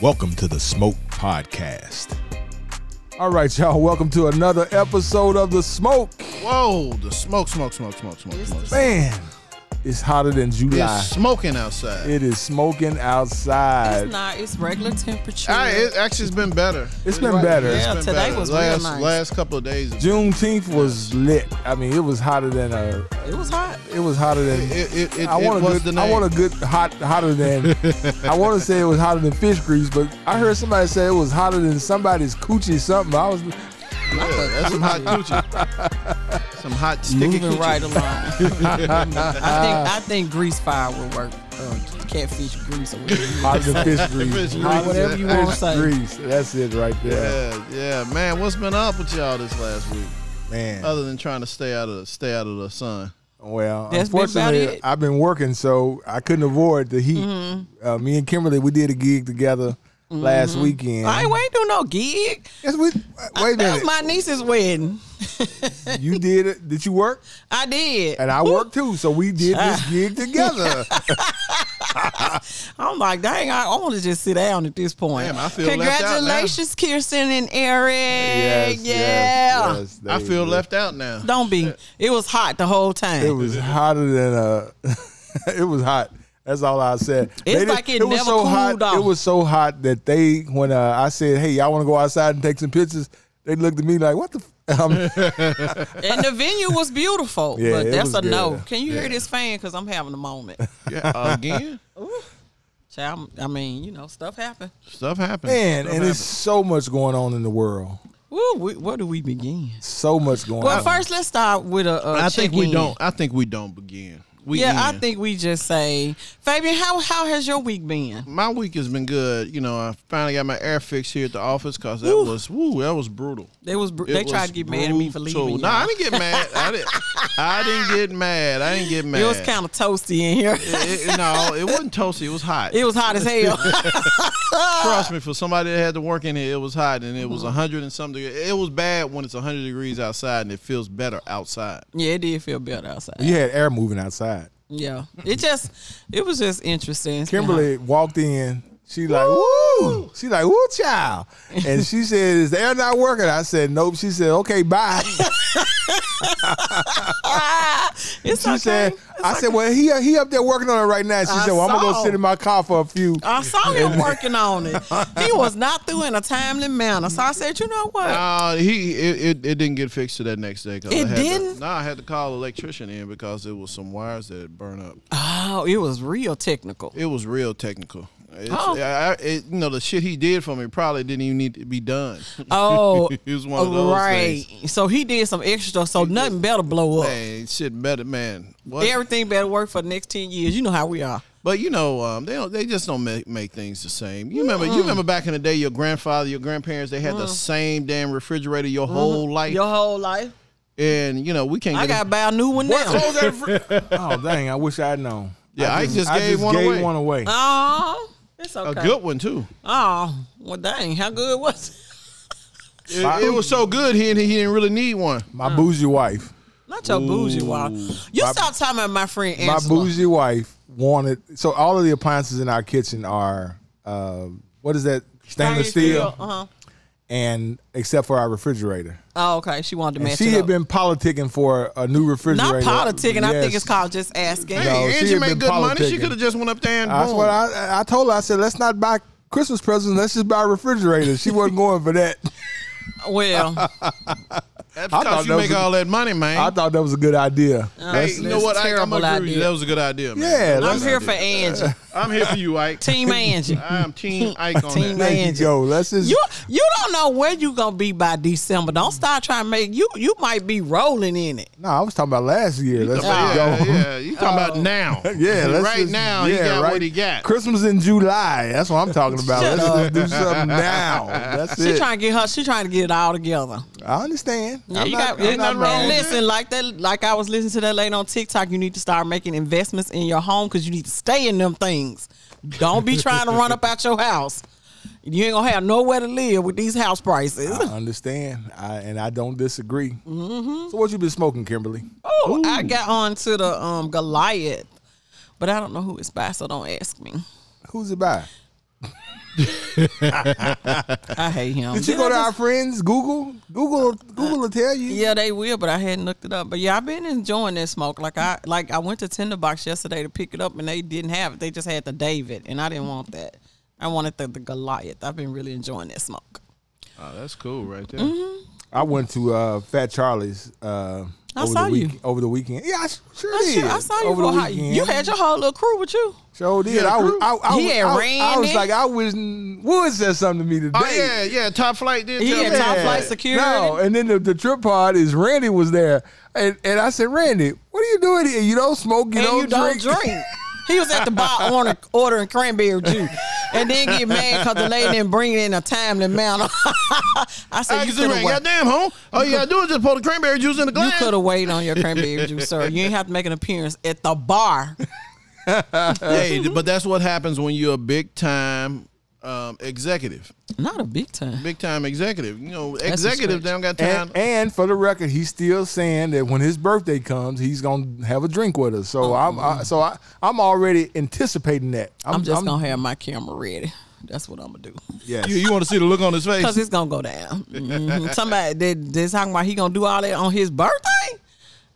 Welcome to the Smoke Podcast. All right, y'all. Welcome to another episode of the Smoke. Whoa, the smoke, smoke, smoke, smoke, smoke, smoke. smoke. Man, it's hotter than July. It's smoking outside. It is smoking outside. It's not. It's regular temperature. Ah, I, it actually has been better. It's been better. Yeah, today was real last nice. last couple of days. It, Juneteenth was lit. I mean, it was hotter than a. it was hot. It was hotter than. it, it, I want it a was the good. name. I want a good hot hotter than. I want to say it was hotter than fish grease, but I heard somebody say it was hotter than somebody's coochie something. I was Yeah, that's some hot coochie. some hot sticky Moving coochie. right along. I think I think grease fire will work. Uh, catfish grease or whatever. hotter than fish grease. Fish grease. Hotter Whatever than you wanna fish say. Grease. That's it right there. Yeah, yeah, man. What's been up with y'all this last week? Man. Other than trying to stay out of the, stay out of the sun. Well, That's been about unfortunately, it. I've been working, so I couldn't avoid the heat. Mm-hmm. Uh, me and Kimberly, we did a gig together last weekend. I ain't, we ain't do no gig. Yes, we, wait a That minute. was my niece's wedding. you did it. Did you work? I did. And I worked too, so we did Ah. this gig together. I'm like, dang, I want to just sit down at this point. Damn, I feel left out now. Congratulations, Kirsten and Eric. yes, yes, yeah. yes, they I feel did. left out now. Don't be. It was hot the whole time. It was hotter than a. it was hot. That's all I said. They didn't- like it never so hot. cooled off. It was so hot that they, when uh, I said, "Hey, y'all want to go outside and take some pictures," they looked at me like, "What the?" F-? Um, and the venue was beautiful. Yeah, it but that's was a good. no. Can you hear this fan? Because I'm having a moment. Yeah, again, Child, I mean, you know, stuff happens. stuff happened. Man, Stuff and it's so happened. much going on in the world. Woo, we, where do we begin? So much going Well, on. first let's start with a. a I think we check-in. don't. I think we don't begin. We yeah, I end. think we just say, Fabian, how how has your week been? my week has been good. You know, I finally got my air fixed here at the office because that was woo, that was brutal. They was br- they It tried was to get mad at me for brutal. leaving. No, I y'all. didn't get mad. I didn't. I didn't get mad. I didn't get mad. it was kind of toasty in here. It- it- no, it wasn't toasty. It was hot. It was hot as hell. Trust me, for somebody that had to work in here, it was hot, and it was Mm-hmm. a hundred and something. It was bad when it's hundred degrees outside, and it feels better outside. yeah, it did feel better outside. you had air moving outside. Yeah, it just it was just interesting. It's been hot. Kimberly walked in. She like, Uh-huh. woo. She like, woo, child. And she said, is the air not working? I said, nope. She said, okay, bye. Ah, it's She okay. said, I said, well, he he up there working on it right now. She I said, well, I'm going to go saw. sit in my car for a few. I saw him working on it. He was not through in a timely manner. So I said, you know what? Uh, he it, it, it didn't get fixed to that next day. 'cause I It had to- didn't? No, I had to call electrician in because there was some wires that burned up. oh, it was real technical. It was real technical. It's, Oh. I, I- it, you know, the shit he did for me probably didn't even need to be done. Oh, It was one of those right. So he did some extra, so nothing better blow up. Man, shit better, man. What? Everything better work for the next ten years. You know how we are. But you know, um, they don't, they just don't make, make things the same. You remember, you remember back in the day, your grandfather, your grandparents, they had Mm. the same damn refrigerator your whole life. Your whole life. and you know, we can't Mm-hmm. I get. got to buy a new one now. Close that fr- oh, dang. I wish I had known. Yeah, I just gave one gave away. one away. Oh, it's a okay. good one too. Oh, well, dang, how good was it? It, My- it was so good. He he didn't really need one. My bougie wife. Not your bougie wife. You stop talking about my friend my Angela. bougie wife wanted so all of the appliances in our kitchen are uh, what is that stainless steel, Uh-huh. and except for our refrigerator Oh, okay. She wanted to and match she it had up. been politicking for a new Not refrigerator politicking. I think Yes. it's called just asking. No, Hey, she Angie had made been good money. She politicking. could have just went up there and that's boom. what I, I told her i said let's not buy christmas presents let's just buy refrigerators she wasn't going for that Well, That's I thought that because you was make a- all that money, man. i thought that was a good idea hey, Uh, Let's- you know that's what? I, I'm terrible agree with you. idea. That was a good idea, man. yeah I'm let's, here for Angie. I'm here for you, Ike. Team Angie. I'm Team Ike on Team that. there you Angie. go let's just You you don't know where you gonna be by December. Don't start trying to make you you might be rolling in it. no i was talking about last year let's just go yeah, yeah, you talking about Oh. now? Yeah, let's right just- now yeah, he got right. what he got. Christmas in July. That's what I'm talking about. Shut let's up. just do something now. That's She it. trying to get her. She trying to get it all together. I understand. Yeah, I'm you not- got, I'm ain't not nothing wrong. mad. And listen, like that, like I was listening to that lady on TikTok. You need to start making investments in your home because you need to stay in them things. Don't be trying to run up out your house. You ain't gonna have nowhere to live with these house prices. I understand. I and I don't disagree. Mm-hmm. So what you been smoking, Kimberly? Oh, I got on to the um Goliath, but I don't know who it's by, so don't ask me. Who's it by? I hate him. Did you go to our friends? Google, Google, Google will tell you. Yeah, they will, but I hadn't looked it up. But yeah, I've been enjoying this smoke. Like I like I went to Tinderbox yesterday to pick it up, and they didn't have it. They just had the David, and I didn't want that. I wanted the, the Goliath. I've been really enjoying that smoke. Oh, that's cool right there. Mm-hmm. I went to uh, Fat Charlie's. Uh, I over saw the week, you. over the weekend. Yeah, I s- sure I, did. sure, I saw you over for a the hot. weekend. You had your whole little crew with you. Sure did. I was. I, I, He was, had I, was- I ran was it. like, I was. Wood said something to me today. Oh yeah, yeah. Top flight did. He tell had me Top that. Flight security. No, and then the, the trip pod is Randy was there, and, and I said, Randy, what are you doing here? You don't smoke, you, and don't, you don't drink. He was at the bar ordering, ordering cranberry juice, and then get mad because the lady didn't bring it in a timely manner. I said, I can "You could see right. have waited. Goddamn, home. Oh, All you gotta do is just pour the cranberry juice in the You glass. could have waited on your cranberry juice, sir. You ain't have to make an appearance at the bar. hey, but that's what happens when you're a big time um, executive. Not a big time. Big time executive. You know, a executive. stretch. They don't got time. And, and for the record, he's still saying that when his birthday comes, he's gonna have a drink with us. Oh, So I'm, mm. I, so I, I'm already anticipating that. I'm, just gonna have my camera ready. That's what I'm gonna do Yes. you, want to see the look on his face? because it's gonna go down. Mhm. Somebody they they talking about he gonna do all that on his birthday.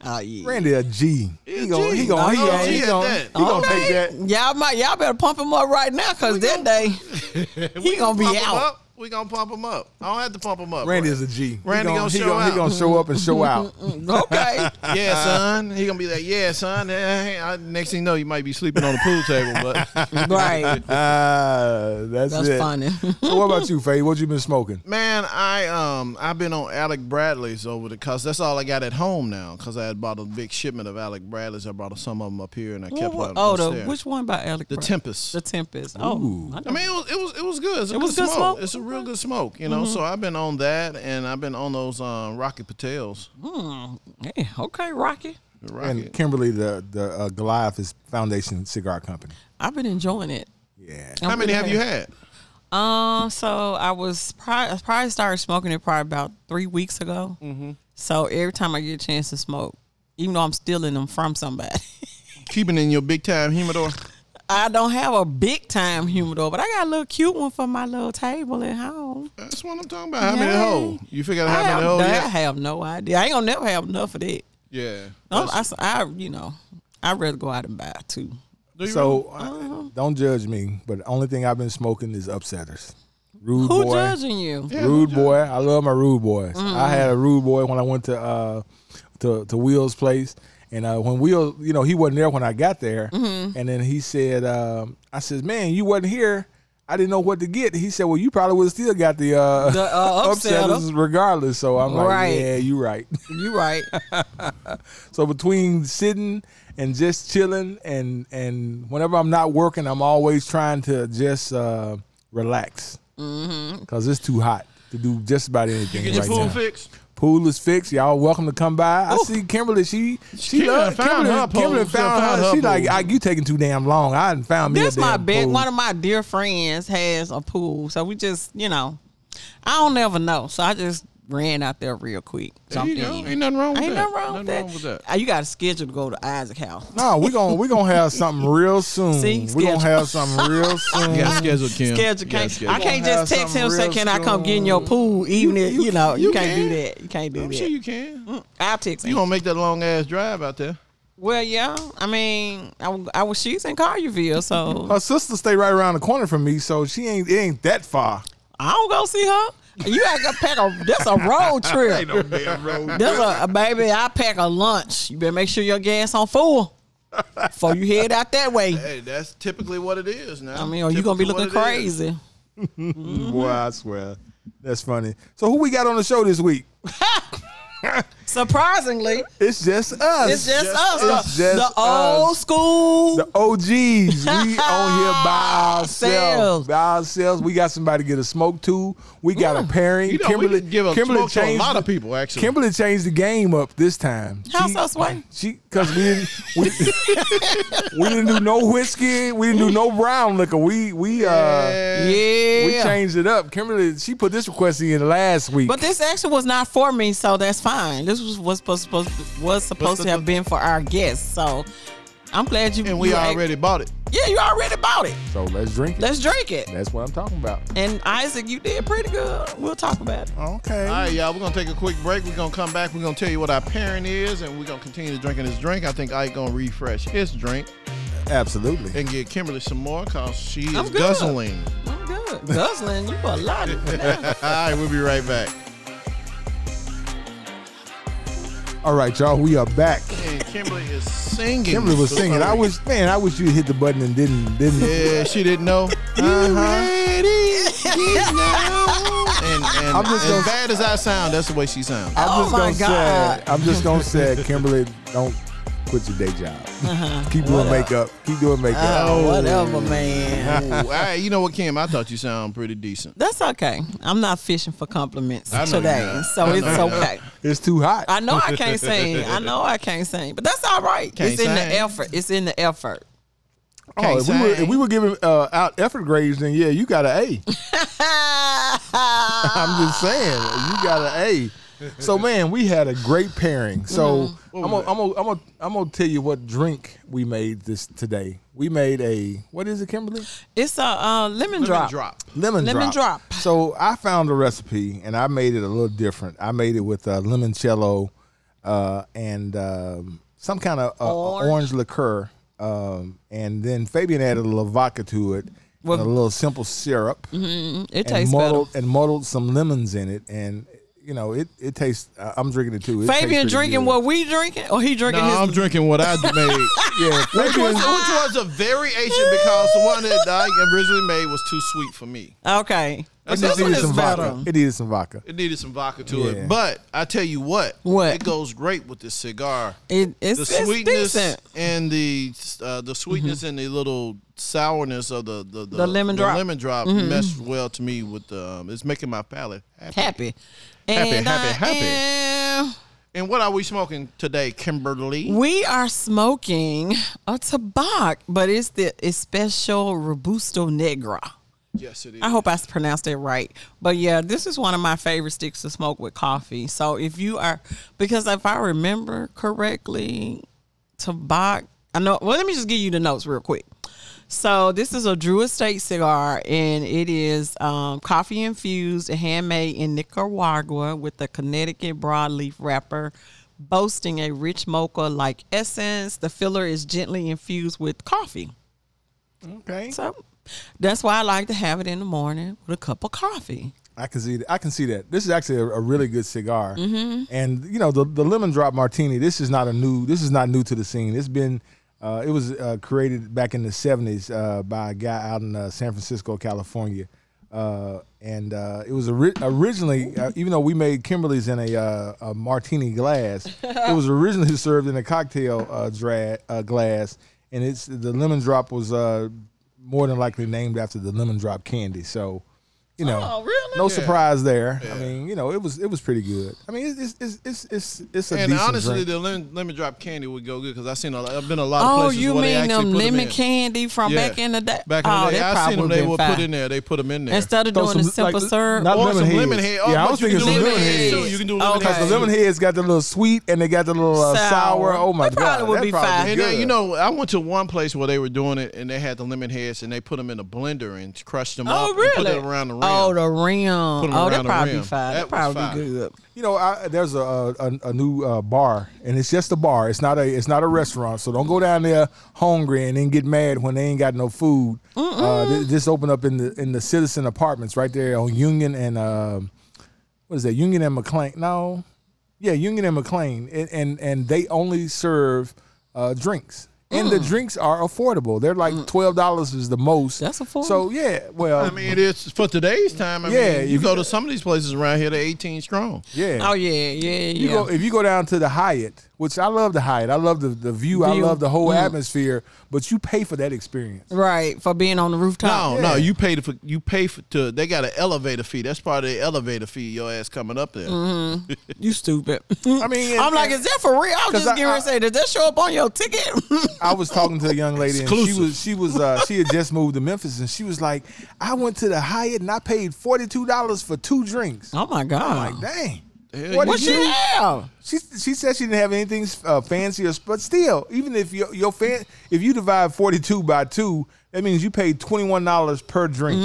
Oh yeah. Randy a G. He gonna he gonna G. he gonna G he at gonna, that. he gonna Okay. take that. Y'all might y'all better pump him up right now because that day he gonna be Pump him out. up. We gonna pump him up. I don't have to pump him up. Randy bro. is a G. He Randy gonna he show gonna, out. He gonna show up and show out. Okay. yeah, son. He gonna be like, yeah, son. Eh, I- next thing you know, you might be sleeping on the pool table. But right. Uh, that's That's it. funny. so what about you, Faye? What you been smoking? man, I um I've been on Alec Bradley's over the cause that's all I got at home now because I had bought a big shipment of Alec Bradley's. I brought some of them up here and I kept Well, one oh, the, upstairs. which one by Alec? the Brown? Tempest. The Tempest. Oh, I know. I mean, it was it was it was good. It's a It good was smoke. good smoke? Mm-hmm. It's a real good smoke, you know. So I've been on that, and I've been on those um, Rocky Patels. Yeah, okay, Rocky. The Rocket. And Kimberly, the the uh, Goliath is Foundation Cigar Company. I've been enjoying it. Yeah. I'm How many really have happy. you had? Um, so I was probably, I probably started smoking it probably about three weeks ago. Mm-hmm. So every time I get a chance to smoke, even though I'm stealing them from somebody, Keeping in your big time humidor. I don't have a big time humidor, but I got a little cute one for my little table at home. That's what I'm talking about. How many hole? You figure out I how have, many hole? I Yeah. have no idea. I ain't gonna never have enough of that. yeah. No, That's- I, I, you know, I'd rather go out and buy two. do you So Uh-huh. uh, don't judge me, but the only thing I've been smoking is upsetters. Rude Who Mm. boy. judging you? Yeah, rude boy. I love my rude boys. I had a rude boy when I went to uh to, to Will's place. And uh, when Will, you know, he wasn't there when I got there. Mm-hmm. And then he said, um, I said, man, you wasn't here. I didn't know what to get. He said, well, you probably would have still got the, uh, The, uh, upsetter. upsetters regardless. So I'm Right. like, yeah, you right. You right. So between sitting and just chilling and and whenever I'm not working, I'm always trying to just uh, relax Mm-hmm. because it's too hot to do just about anything get your right pool now. fixed. Pool is fixed. Y'all welcome to come by. I see Kimberly. She she Kimberly loves found Kimberly. her pool. Kimberly She found, found her. her She like pool. I, you taking too damn long. I done found me. a That's my damn big pool. one of my dear friends has a pool. So we just, you know, I don't ever know. So I just ran out there real quick. There you jumped go. in. Ain't nothing wrong with Ain't that. nothing wrong with that. Nothing wrong with Uh, You got a schedule to go to Isaac House. No, we gonna we gonna have something real soon. See, we schedule. gonna have something real soon. You got scheduled, Kim. You Schedule got can't, scheduled. I can't Gonna just have text something him say, real "Can I come get in your soon." pool?" Even if you know you, you can't can. do that. You can't do I'm that. sure you can. I'll text You him. gonna make that long ass drive out there? Well, yeah. I mean, I, w- I was she's in Collierville, so Her sister stay right around the corner from me, so she ain't it ain't that far. I don't go see her. You had to pack a. That's a road trip. There's a, a baby. I pack a lunch. You better make sure your gas on full before you head out that way. Hey, that's typically what it is now. I mean, or you gonna be Typically looking what it is. crazy. Mm-hmm. Boy, I swear. That's funny. So who we got on the show this week? Surprisingly, It's just us. it's just, us. it's the, just the us. old school. the OGs. We on here by Sales. ourselves. By ourselves. We got somebody to get a smoke to. We got Mm. a pairing. You know, we could give a smoke to a lot of people, actually. Kimberly changed the game up this time. How She- so, Sway? She because we didn't we, we didn't do no whiskey. We didn't do no brown liquor. We we uh Yeah. yeah. we changed it up. Kimberly, she put this request in last week. but this actually was not for me, so that's fine. This was was supposed supposed was supposed to have been for our guests. So I'm glad you. And we you act- already bought it. Yeah, you already bought it. So let's drink it. Let's drink it. That's what I'm talking about. And Isaac, you did pretty good. We'll talk about it. Okay. All right, y'all. We're gonna take a quick break. We're gonna come back. We're gonna tell you what our parent is, and we're gonna continue drinking this drink. I think Ike gonna refresh his drink Absolutely. and get Kimberly some more cause she is I'm good. guzzling. I'm good. Guzzling, you a lot of All right, we'll be right back. All right, y'all. We are back. And Kimberly is singing. Kimberly was So singing. I sorry. wish, man, I wish you hit the button and didn't, didn't. Uh-huh. Yeah, she didn't know. Uh-huh. And, and, I'm just as gonna- bad as I sound, that's the way she sounds. I'm Oh just my gonna God. say, I'm just gonna say, Kimberly, don't quit your day job. Keep doing makeup. Keep doing makeup. Uh-huh. Oh, whatever, man. Ooh, all right, you know what, Kim? I thought you sound pretty decent. That's okay. I'm not fishing for compliments I know you're today, not. so I it's know you're okay. It's too hot. I know I can't sing. I know I can't sing, but that's all right. Can't it's in the sing. effort. It's in the effort. oh, if we, were, if we were giving uh, out effort grades, then yeah, you got an A. I'm just saying, you got an A. So man, we had a great pairing. So I'm gonna, I'm gonna, I'm gonna, I'm gonna tell you what drink we made this today. We made a what is it, Kimberly? it's a uh, lemon, Let me drop. drop. Lemon, Lemon drop. drop. So I found a recipe and I made it a little different. I made it with uh, limoncello uh, and um, some kind of uh, Orange. orange. liqueur, um, and then Fabian added a little vodka to it. Well- and a little simple syrup It and tastes better. muddled and muddled some lemons in it, and you know it. It tastes. I- I'm drinking it too. It tastes Fabian pretty drinking good. what we drinking, or he No, drinking his. I'm drinking what I made. Yeah, Which was, Fabian, which was a variation because the one that I originally made was too sweet for me. okay, but That's this easy one to is some better. vodka. It needed some vodka. It needed some vodka to Yeah. it. But I tell you what, What? it goes great with this cigar. It, it's, the it's sweetness decent. and the uh, the sweetness Mm-hmm. and the little sourness of the the, the, The lemon drop. Mm-hmm. lemon drop meshed well to me with the um, it's making my palate happy. Happy, Happy, and happy, I happy. am- And what are we smoking today, Kimberly? We are smoking a tobacco, but it's the special Robusto Negra. Yes, it is. I hope I s- pronounced it right. But yeah, this is one of my favorite sticks to smoke with coffee. So if you are, because if I remember correctly, tobacco, I know, well, let me just give you the notes real quick. So this is a Drew Estate cigar, and it is um, coffee infused, and handmade in Nicaragua with a Connecticut broadleaf wrapper, boasting a rich mocha-like essence. The filler is gently infused with coffee. Okay, So that's why I like to have it in the morning with a cup of coffee. I can see. I can see that. This is actually a, a really good cigar, and you know the the lemon drop martini. This is not a new. This is not new to the scene. It's been. Uh, it was uh, created back in the '70s uh, by a guy out in uh, San Francisco, California, uh, and uh, it was ori- originally. Uh, even though we made Kimberly's in a, uh, a martini glass, it was originally served in a cocktail uh, dra- uh, glass, and it's the lemon drop was uh, more than likely named after the lemon drop candy. So, you know, Oh, really? no surprise there. I mean, you know, it was it was pretty good. I mean, it's it's it's it's it's a and decent honestly, drink. the lemon, lemon drop candy would go good because I've seen a, I've been a lot of Oh, places you where they mean actually them put 'em lemon in. candy from Yeah. back in the day? Back in the oh, day, that I probably seen them. They been would fine. put in there. They put them in there. Instead of Throw doing the some, like, simple syrup, not or lemon some heads. lemon head. Oh, Yeah, I but was you can thinking do some lemon lemon heads. heads. too. You can do Okay. lemon heads. The lemon heads got the little sweet and they got the little uh, Sour. sour. Oh my That god, probably would that'd be fine. probably And good. then, you know, I went to one place where they were doing it, and they had the lemon heads, and they put them in a blender and crushed them up oh, and really? put it around the rim. Oh, the rim. Put 'em Oh, around that the probably rim. fine. That That was probably fine. good. You know, I, there's a a, a new uh, bar, and it's just a bar. It's not a it's not a restaurant. So don't go down there hungry and then get mad when they ain't got no food. Uh, th- this opened up in the in the Citizen Apartments right there on Union and um what is that? Union and McLean? No, yeah, Union and McLean, and and, and they only serve uh, drinks. And Mm. the drinks are affordable. They're like twelve dollars is the most. That's affordable. So yeah, well, I mean, it's for today's time. I Yeah, mean, you you go to some of these places around here, they're 18 strong. yeah. Oh yeah, yeah, yeah. You go if you go down to the Hyatt, which I love the Hyatt. I love the, the view, Mm. I View. love the whole atmosphere, but you pay for that experience. right for being on the rooftop. No, no, Yeah. you paid for you pay for to. They got an elevator fee. That's part of the elevator fee. Your ass coming up there. Mm-hmm. You stupid. I mean, I'm and- like, and is that for real? I was 'Cause just I- getting ready to I- say, did that show up on your ticket? I was talking to a young lady and she Exclusive. was she was uh, she had just moved to Memphis and she was like, I went to the Hyatt and I paid forty two dollars for two drinks. oh my god. Dang. the hell What did you do? What she you- have? She she said she didn't have anything uh, fancy, or, but still, even if your your fan if you divide forty two by two, that means you paid twenty one dollars per drink,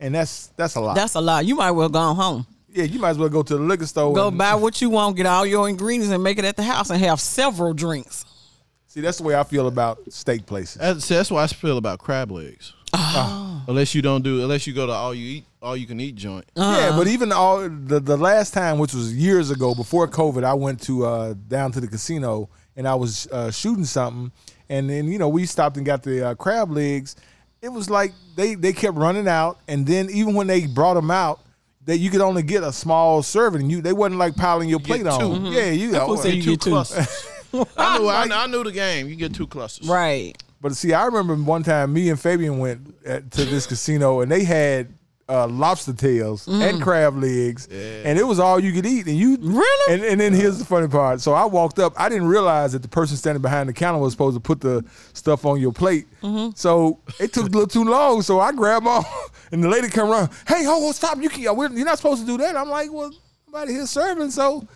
and that's that's a lot. That's a lot. You might well gone home. yeah, you might as well go to the liquor store. Go and- buy what you want, get all your ingredients, and make it at the house and have several drinks. See, that's the way I feel about steak places. That's, that's why I feel about crab legs. Oh. Uh, Unless you don't do, unless you go to all you eat, all you can eat joint. Yeah, but even all the the last time, which was years ago before COVID, I went to uh, down to the casino and I was uh, shooting something, and then you know we stopped and got the uh, crab legs. It was like they they kept running out, and then even when they brought them out, that you could only get a small serving. You they wasn't like piling your plate two. on. Yeah, you That's know. what I'm Get you two get two. clusters. I knew, I, I knew the game. You get two clusters. Right. But see, I remember one time me and Fabian went at, to this casino and they had uh, lobster tails and crab legs, and it was all you could eat. And you Really? And, and then here's the funny part. So I walked up. I didn't realize that the person standing behind the counter was supposed to put the stuff on your plate. So it took a little too long. So I grabbed all, and the lady come around. Hey, ho, ho, stop! You can, we're, you're not supposed to do that. I'm like, well, nobody here serving, so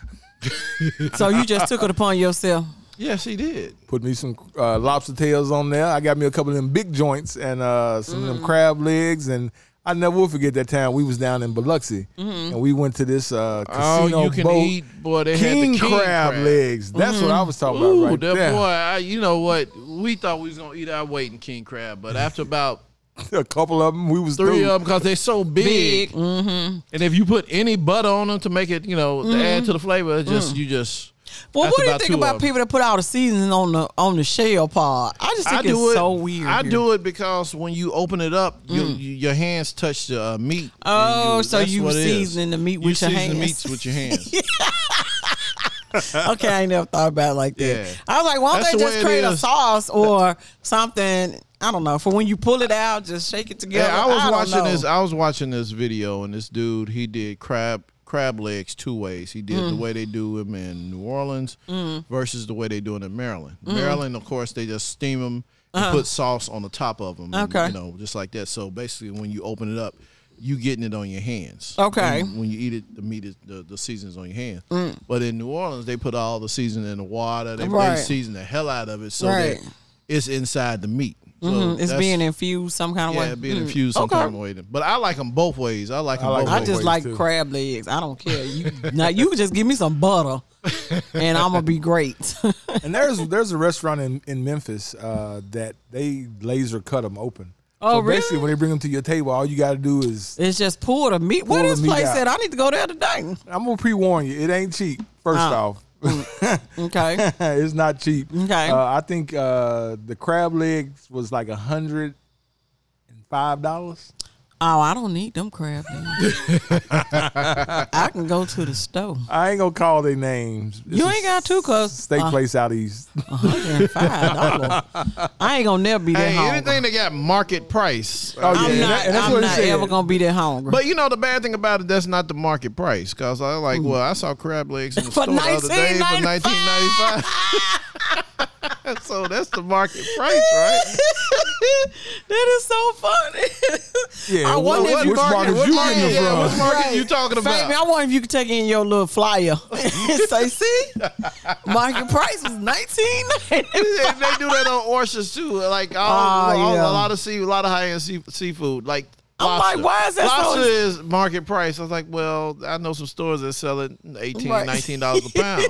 So you just took it upon yourself. Yes, he did. Put me some uh, lobster tails on there. I got me a couple of them big joints and uh, some Mm. of them crab legs. And I never will forget that time we was down in Biloxi and we went to this uh, casino All Mm-hmm. Oh, you can boat. eat, boy. They king, had the king crab, crab, Mm-hmm. legs. That's what I was talking Ooh, about right that there. boy. I, you know what? We thought we was gonna eat our weight in king crab, but after about A couple of them, we was three through. of them, because they're so big, Mm-hmm. Big. Mm. and if you put any butter on them to make it, you know, to add to the flavor, it's just you just. Mm-hmm. Mm. Well, that's what do you about think two about of 'em. people that put all the seasoning on the on the shell part? I just I think it's do it. so weird. I here. Mm. do it because when you open it up, your- you, your hands touch the uh, meat. and Oh, so that's you what it is. seasoning the meat You with your season the hands. meats with your hands. Okay, I ain't never thought about it like that. Yeah. I was like, why don't That's they the just way it create a is. sauce or something? I don't know. For when you pull it out, just shake it together. Yeah, I was don't watching know. this. uh, I was watching this video, and this dude he did crab crab legs two ways. He did the Mm. way they do them in New Orleans versus the way they do it in Maryland. Mm. Maryland, of course, they just steam them and put sauce on the top of them. Uh-huh. Okay. you know, just like that. So basically, when you open it up, you getting it on your hands. Okay. Mm. When, when you eat it, the meat is the, the seasonings on your hands. But in New Orleans, they put all the seasoning in the water. They, Right. they season the hell out of it so Right. that it's inside the meat. So Mm, it's that's- being infused some kind of yeah, way. being Mm. infused some Okay. kind of way. But I like them both ways. I like them like both I them ways. just ways, like too. crab legs. I don't care. You now you just give me some butter, and I'm gonna be great. and there's there's a restaurant in, in Memphis uh, that they laser cut them open. Oh, so basically, really? when they bring them to your table, all you got to do is it's just pour the meat. What Pour the is meat place out. at? I need to go there today. I'm gonna pre warn you, it ain't cheap. First Uh, off, Okay, it's not cheap. Okay. Uh, I think uh, the crab legs was like a hundred and five dollars. Oh, I don't need them crab legs. I can go to the store. I ain't gonna call their names. It's You a ain't got Uh. to, cuz. steak place out east. $105. I ain't gonna never be that Hey, hungry. anything that got market price. Oh yeah, I'm and not, that- and that's I'm what it not said. ever gonna be that hungry. But you know the bad thing about it, that's not the market price. Cause I like, well, I saw crab legs in the Hmm. For store the other day for nineteen ninety five. so that's the market price, right? that is so funny. Yeah, I what- wonder if what you market what you market- getting it yeah, from? What market you talking Fabian, about? I wonder if you could take in your little flyer and say, see, market price was nineteen ninety. they, they do that on oysters too. Like all, Ah, all- yeah. a lot of sea, a lot of high end sea, seafood. Like I'm lobster. like, why is that so- Lobster is market price. I was like, well, I know some stores that sell it 18 Right. 19 dollars a pound.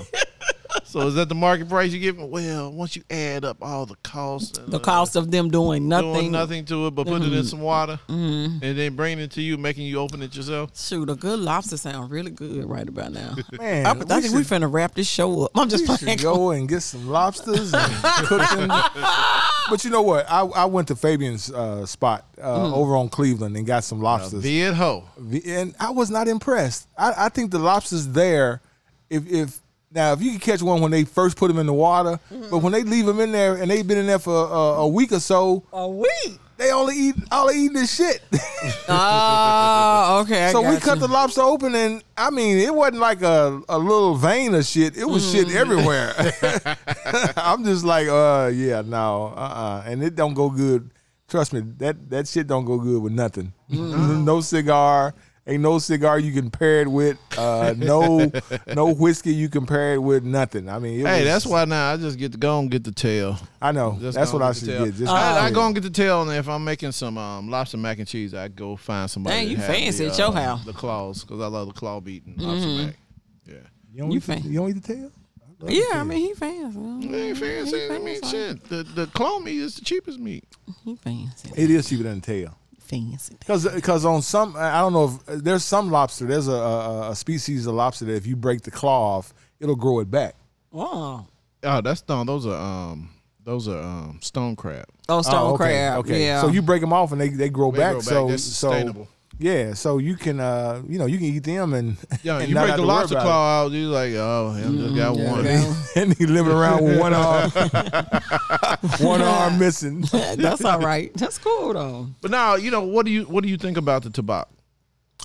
so is that the market price you give? them? Well, once you add up all the costs, and, The uh, cost of them doing nothing. Mm-hmm. doing nothing to it but putting it in some water and then bringing it to you, making you open it yourself. Shoot, a good lobster sound really good right about now. Man, I, I think we we should, finna wrap this show up. I'm just we playing. should go and get some lobsters and cook them. But you know what? I, I went to Fabian's uh, spot uh, Mm. over on Cleveland and got some lobsters. Be it ho. The- and I was not impressed. I, I think the lobsters there, if if now if you can catch one when they first put them in the water, but when they leave them in there and they've been in there for a, a week or so, A week. they only eat all they eating this shit. Oh, okay. I so we got cut you. the lobster open, and I mean it wasn't like a, a little vein of shit. It was Mm. shit everywhere. I'm just like, uh, yeah, no, uh, uh and it don't go good. Trust me, that that shit don't go good with nothing. No, cigar. Ain't no cigar you can pair it with. Uh, no, no whiskey you can pair it with. Nothing. I mean, it Hey, was- that's why now I just get to go and get the tail. I know. Just That's go what and I get the should tail. get. Uh, Just I, I tail. go and get the tail, and if I'm making some um, lobster mac and cheese, I go find somebody. Dang, that you have fancy the, uh, at your house. Mm-hmm. The claws, because I love the claw beat and lobster mac. Yeah, You don't, You eat, the, fan. you don't eat the tail. Yeah, I mean he fancy. I ain't fancy. I mean, fancy. shit. The the claw meat is the cheapest meat. He fancy. It is cheaper than the tail. Fancy. Cause, cause on some, I don't know if there's some lobster. There's a, a, a species of lobster that if you break the claw off, it'll grow it back. Oh. Oh, that's no. Those are um. Those are um. Stone crab. Oh, Oh, stone okay, crab. Okay. Yeah. So you break them off and they, they grow They back. grow back. So That's so- sustainable. yeah. So you can uh you know you can eat them and Yeah, and you not break have the to worry lobster about claw out. You like, oh, I just got one. okay. it. and he living around with one arm one arm missing. That's all right. That's cool though. But now, you know, what do you what do you think about the tabac?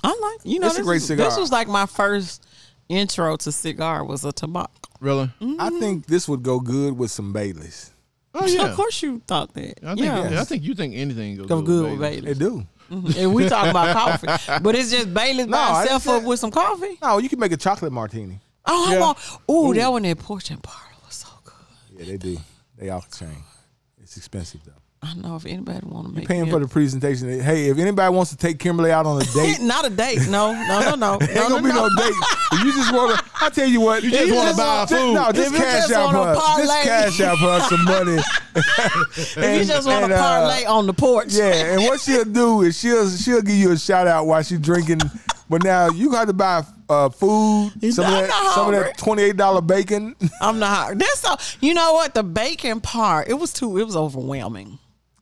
I like you know It's a this, great is- cigar. this was like my first intro to cigar was a tobacco. Really? Mm-hmm. I think this would go good with some Baileys. Oh yeah. Of course you thought that. I think yeah. yeah, I think you think anything goes Go good with with Bailey's. Bailey. It do. and we talking about coffee, but it's just Bailey's No, I by itself said- up with some coffee. No, you can make a chocolate martini. Oh, I Yeah. want. Ooh, that one at Porch and Bartle was so good. Yeah, they do. They all change. It's expensive though. I know if anybody want to make Paying me for a- the presentation. Hey, if anybody wants to take Kimberly out on a date, not a date. No, no, no, no. Ain't no, gonna be no date. You just wanna. I tell you what. You just wanna buy want- her food. No, If just you cash just out wanna her. Just parlay. cash out her some money. If you And- just want and, to uh, parlay on the porch. Yeah, and what she'll do is she'll she'll give you a shout out while she's drinking. But now you got to buy uh, food. You Some of know, I'm that. not Some of hungry. that twenty eight dollar bacon. I'm not. That's so. You know what? The bacon part. It was too. It was overwhelming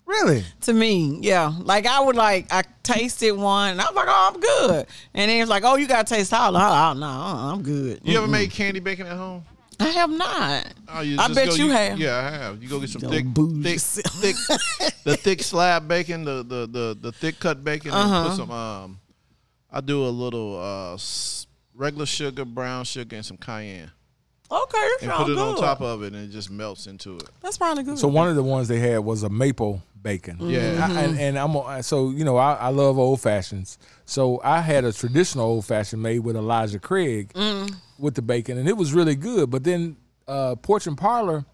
really? to me. Yeah. Like I would like. I tasted one. and I was like, oh, I'm good. And then it's like, oh, you got to taste all. Oh, no, I'm good. You ever made candy bacon at home? I have not. Oh, you I just bet go- you have. Yeah, I have. You go get some Don't thick, booze thick, yourself. thick, the thick slab bacon, the the the, the thick cut bacon, and Uh-huh. put some. Um, I do a little uh, s- regular sugar, brown sugar, and some cayenne, Okay, that and sounds put it good. on top of it, and it just melts into it. That's probably good. So one of the ones they had was a maple bacon. Yeah. I- and, and I'm a- so you know I, I love old fashions. So I had a traditional old fashioned made with Elijah Craig with the bacon, and it was really good. But then uh, Porch and Parlor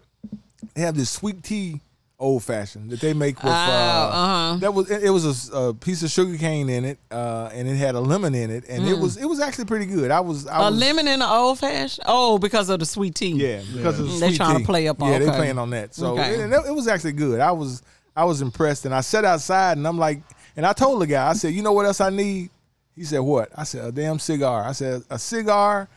they have this sweet tea old fashioned that they make with uh, that was it, it was a s- a, piece of sugar cane in it, uh, and it had a lemon in it, and it was it was actually pretty good. I was I a was, lemon and an old fashioned. Oh, because of the sweet tea. yeah, because of the They sweet trying to tea. play up on- Yeah, they okay. playing on that. So Okay. and it, it was actually good. I was I was impressed, and I sat outside, and I'm like, and I told the guy, I said, you know what else I need? He said, what? I said, a damn cigar. I said, a cigar.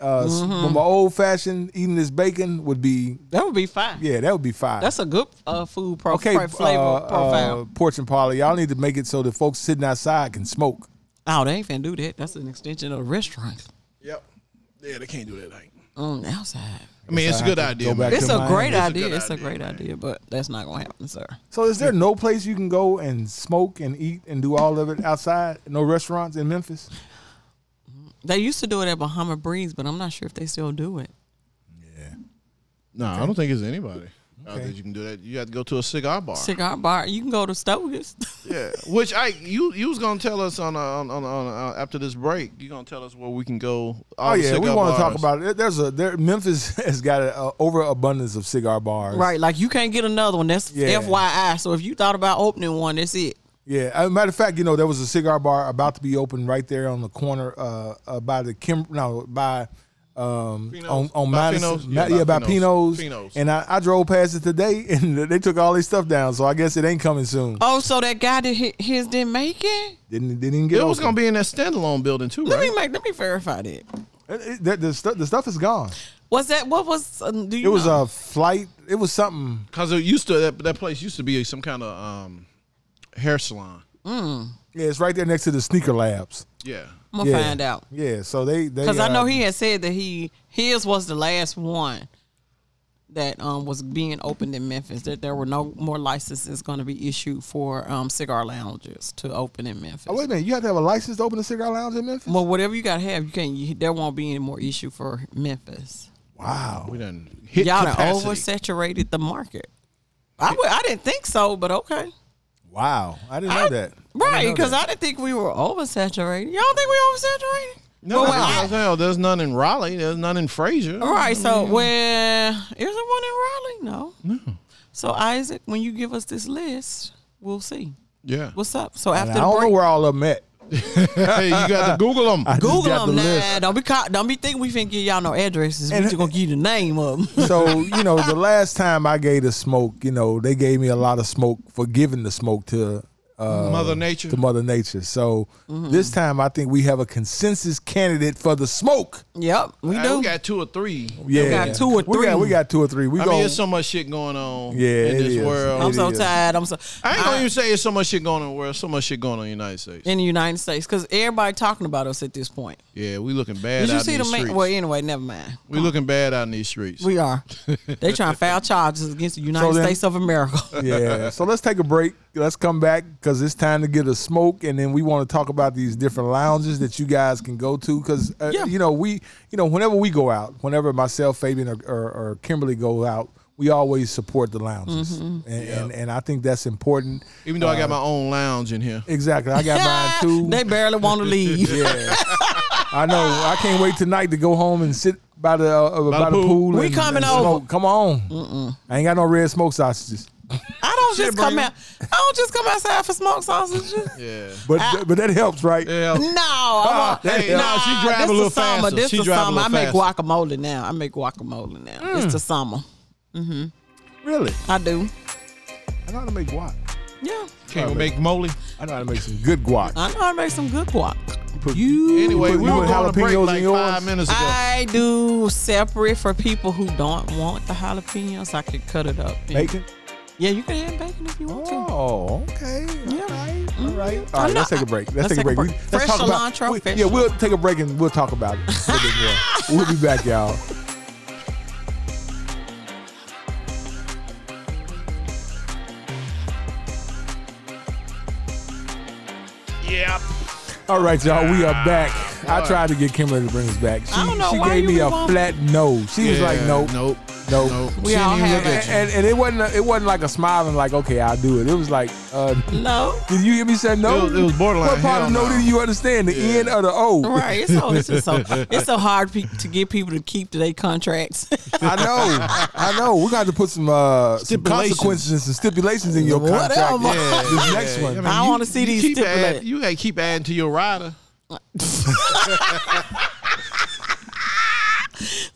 Uh, s- Mm-hmm. from my old fashioned eating this bacon would be That would be fine. yeah, that would be fine. That's a good uh, food pro- okay. pro- flavor uh, profile. uh, Porch and Parlor, y'all need to make it so the folks sitting outside can smoke. Oh, they ain't finna do that. That's an extension of the restaurant Yep. Yeah, they can't do that thing. on the outside. I mean, it's a I good have to idea. go back man. It's to a mine. great It's a idea. good it's a idea, great man. idea, but that's not gonna happen, sir. So, is there no place you can go and smoke and eat and do all of it outside? No restaurants in Memphis? They used to do it at Bahama Breeze, but I'm not sure if they still do it. No, I don't think it's anybody out Okay. there you can do that. You have to go to a cigar bar. Cigar bar, you can go to Stogus. Yeah, which I you you was gonna tell us on uh, on on, on uh, after this break. You gonna tell us where we can go. Oh all the yeah, we cigar want to talk bars. about it. There's a there, Memphis has got an uh, overabundance of cigar bars. right, like you can't get another one. That's Yeah. FYI. So if you thought about opening one, that's it. Yeah. As a matter of fact, you know there was a cigar bar about to be opened right there on the corner uh, uh by the Kim no by um Pino's. on on By Madison Pino's? Ma- Yeah, yeah, by by Pino's. Pino's. Pino's. And I, I drove past it today and they took all their stuff down, so I guess it ain't coming soon. Oh, so that guy that hit his didn't make it. Didn't didn't even get It was open. gonna be in that standalone building too, Let right? me make. Let me verify that. It- it- the, the stuff the stuff is gone. Was that what was? uh, do you It was know? a flight. It was something. Because it used to that, that place used to be some kind of um, hair salon. Yeah, it's right there next to the sneaker labs. Yeah, I'm gonna yeah. find out. Yeah, so they they Because I uh, know he had said that he his was the last one that um was being opened in Memphis. That there were no more licenses going to be issued for um cigar lounges to open in Memphis. Oh, wait a minute. You have to have a license to open a cigar lounge in Memphis? well, whatever you got to have, you can't. You, there won't be any more issue for Memphis. Wow. we done hit Y'all done capacity. oversaturated the market. I w- I didn't think so, but okay. Wow, I didn't know that. Right, because I didn't think we were oversaturated. Y'all think we oversaturated? No, Well, that's what I'm saying. there's none in Raleigh. There's none in Frazier. All right, so Mm. where is there one in Raleigh? No. No. So Isaac, when you give us this list, we'll see. Yeah. What's up? So I after the don't know break, where all of them at. hey, you got to Google them. I just Google got them the now. list. Don't be caught, don't be thinking we finna give y'all no addresses. we And- just gonna give you the name of them. So you know, the last time I gave the smoke, you know, they gave me a lot of smoke for giving the smoke to Mm-hmm. uh, Mother Nature. To Mother Nature. So this time, I think we have a consensus candidate for the smoke. yep, we Hey, do. we got two or three. Yeah, got two We or got, three. we got two or three. We I go. mean, there's so much shit going on Yeah, in it this is. world. I'm so is. tired. I'm so I ain't gonna even say it's so much shit going on in the world. So much shit going on in the United States. in the United States because everybody talking about us at this point. yeah, we looking bad Did you out see in the these man? streets. Well, anyway, never mind. we looking bad out in these streets. We are. they trying to file charges against the United So then- States of America. yeah. So let's take a break. Let's come back because it's time to get a smoke, and then we want to talk about these different lounges that you guys can go to. Because uh, Yeah. you know we, you know, whenever we go out, whenever myself, Fabian, or, or, or Kimberly go out, we always support the Mm-hmm. lounges, and, and and I think that's important. Even though I got my own lounge in here. Exactly. I got mine too. they barely want to leave. yeah. I know. I can't wait tonight to go home and sit by the uh, by, the pool. We and- coming and over. smoke. Come on. I ain't got no red smoke sausages. I don't Shit, just come bro. out. I don't just come outside for smoked sausages. Yeah. But Ah. but that helps, right? Yeah. No, I want, that nah, helps. No, she drive a this little the summer. faster. This She the drive a summer. I little Mm. make guacamole now. I make guacamole now. It's the summer. Really? I do. I know how to make guac. Yeah, Can't make moly. I know how to make some good guac. I know I make some good guac. Put- You Anyway, put- we Uh, you were put going to jalapenos break in like yours? five minutes ago. I do separate for people who don't want the jalapenos. I could cut it up. and- Bacon. Yeah, you can add bacon if you want to. Oh, okay. Yeah. All right. All right. Mhm. I All right. know- Let's take a break. Let's, take a break. We- let's Fresh talk about- cilantro, we- fresh yeah, we'll take a break and we'll talk about it. a little bit more. we'll be back, y'all. Yep. All right, y'all. We are back. I tried to get Kimberly to bring us back. She, I don't know she why gave you me a won't. flat no. She was Yeah, like, nope, nope, Nope. nope. We all have And, it. and, and it wasn't a, it wasn't like a smiling like okay I'll do it. It was like uh, No. did you hear me say no? It was- it was borderline. What part of Hell no no. did you understand? The N or the O? Right, it's so it's just so it's so hard pe- to get people to keep to their contracts. I know, I know. We got to put some uh, some Stipulations. consequences and some stipulations in your contract. Whatever. Yeah. This next one. mean, I you- wanna see you these keep stipulate. add- You got to keep adding to your rider.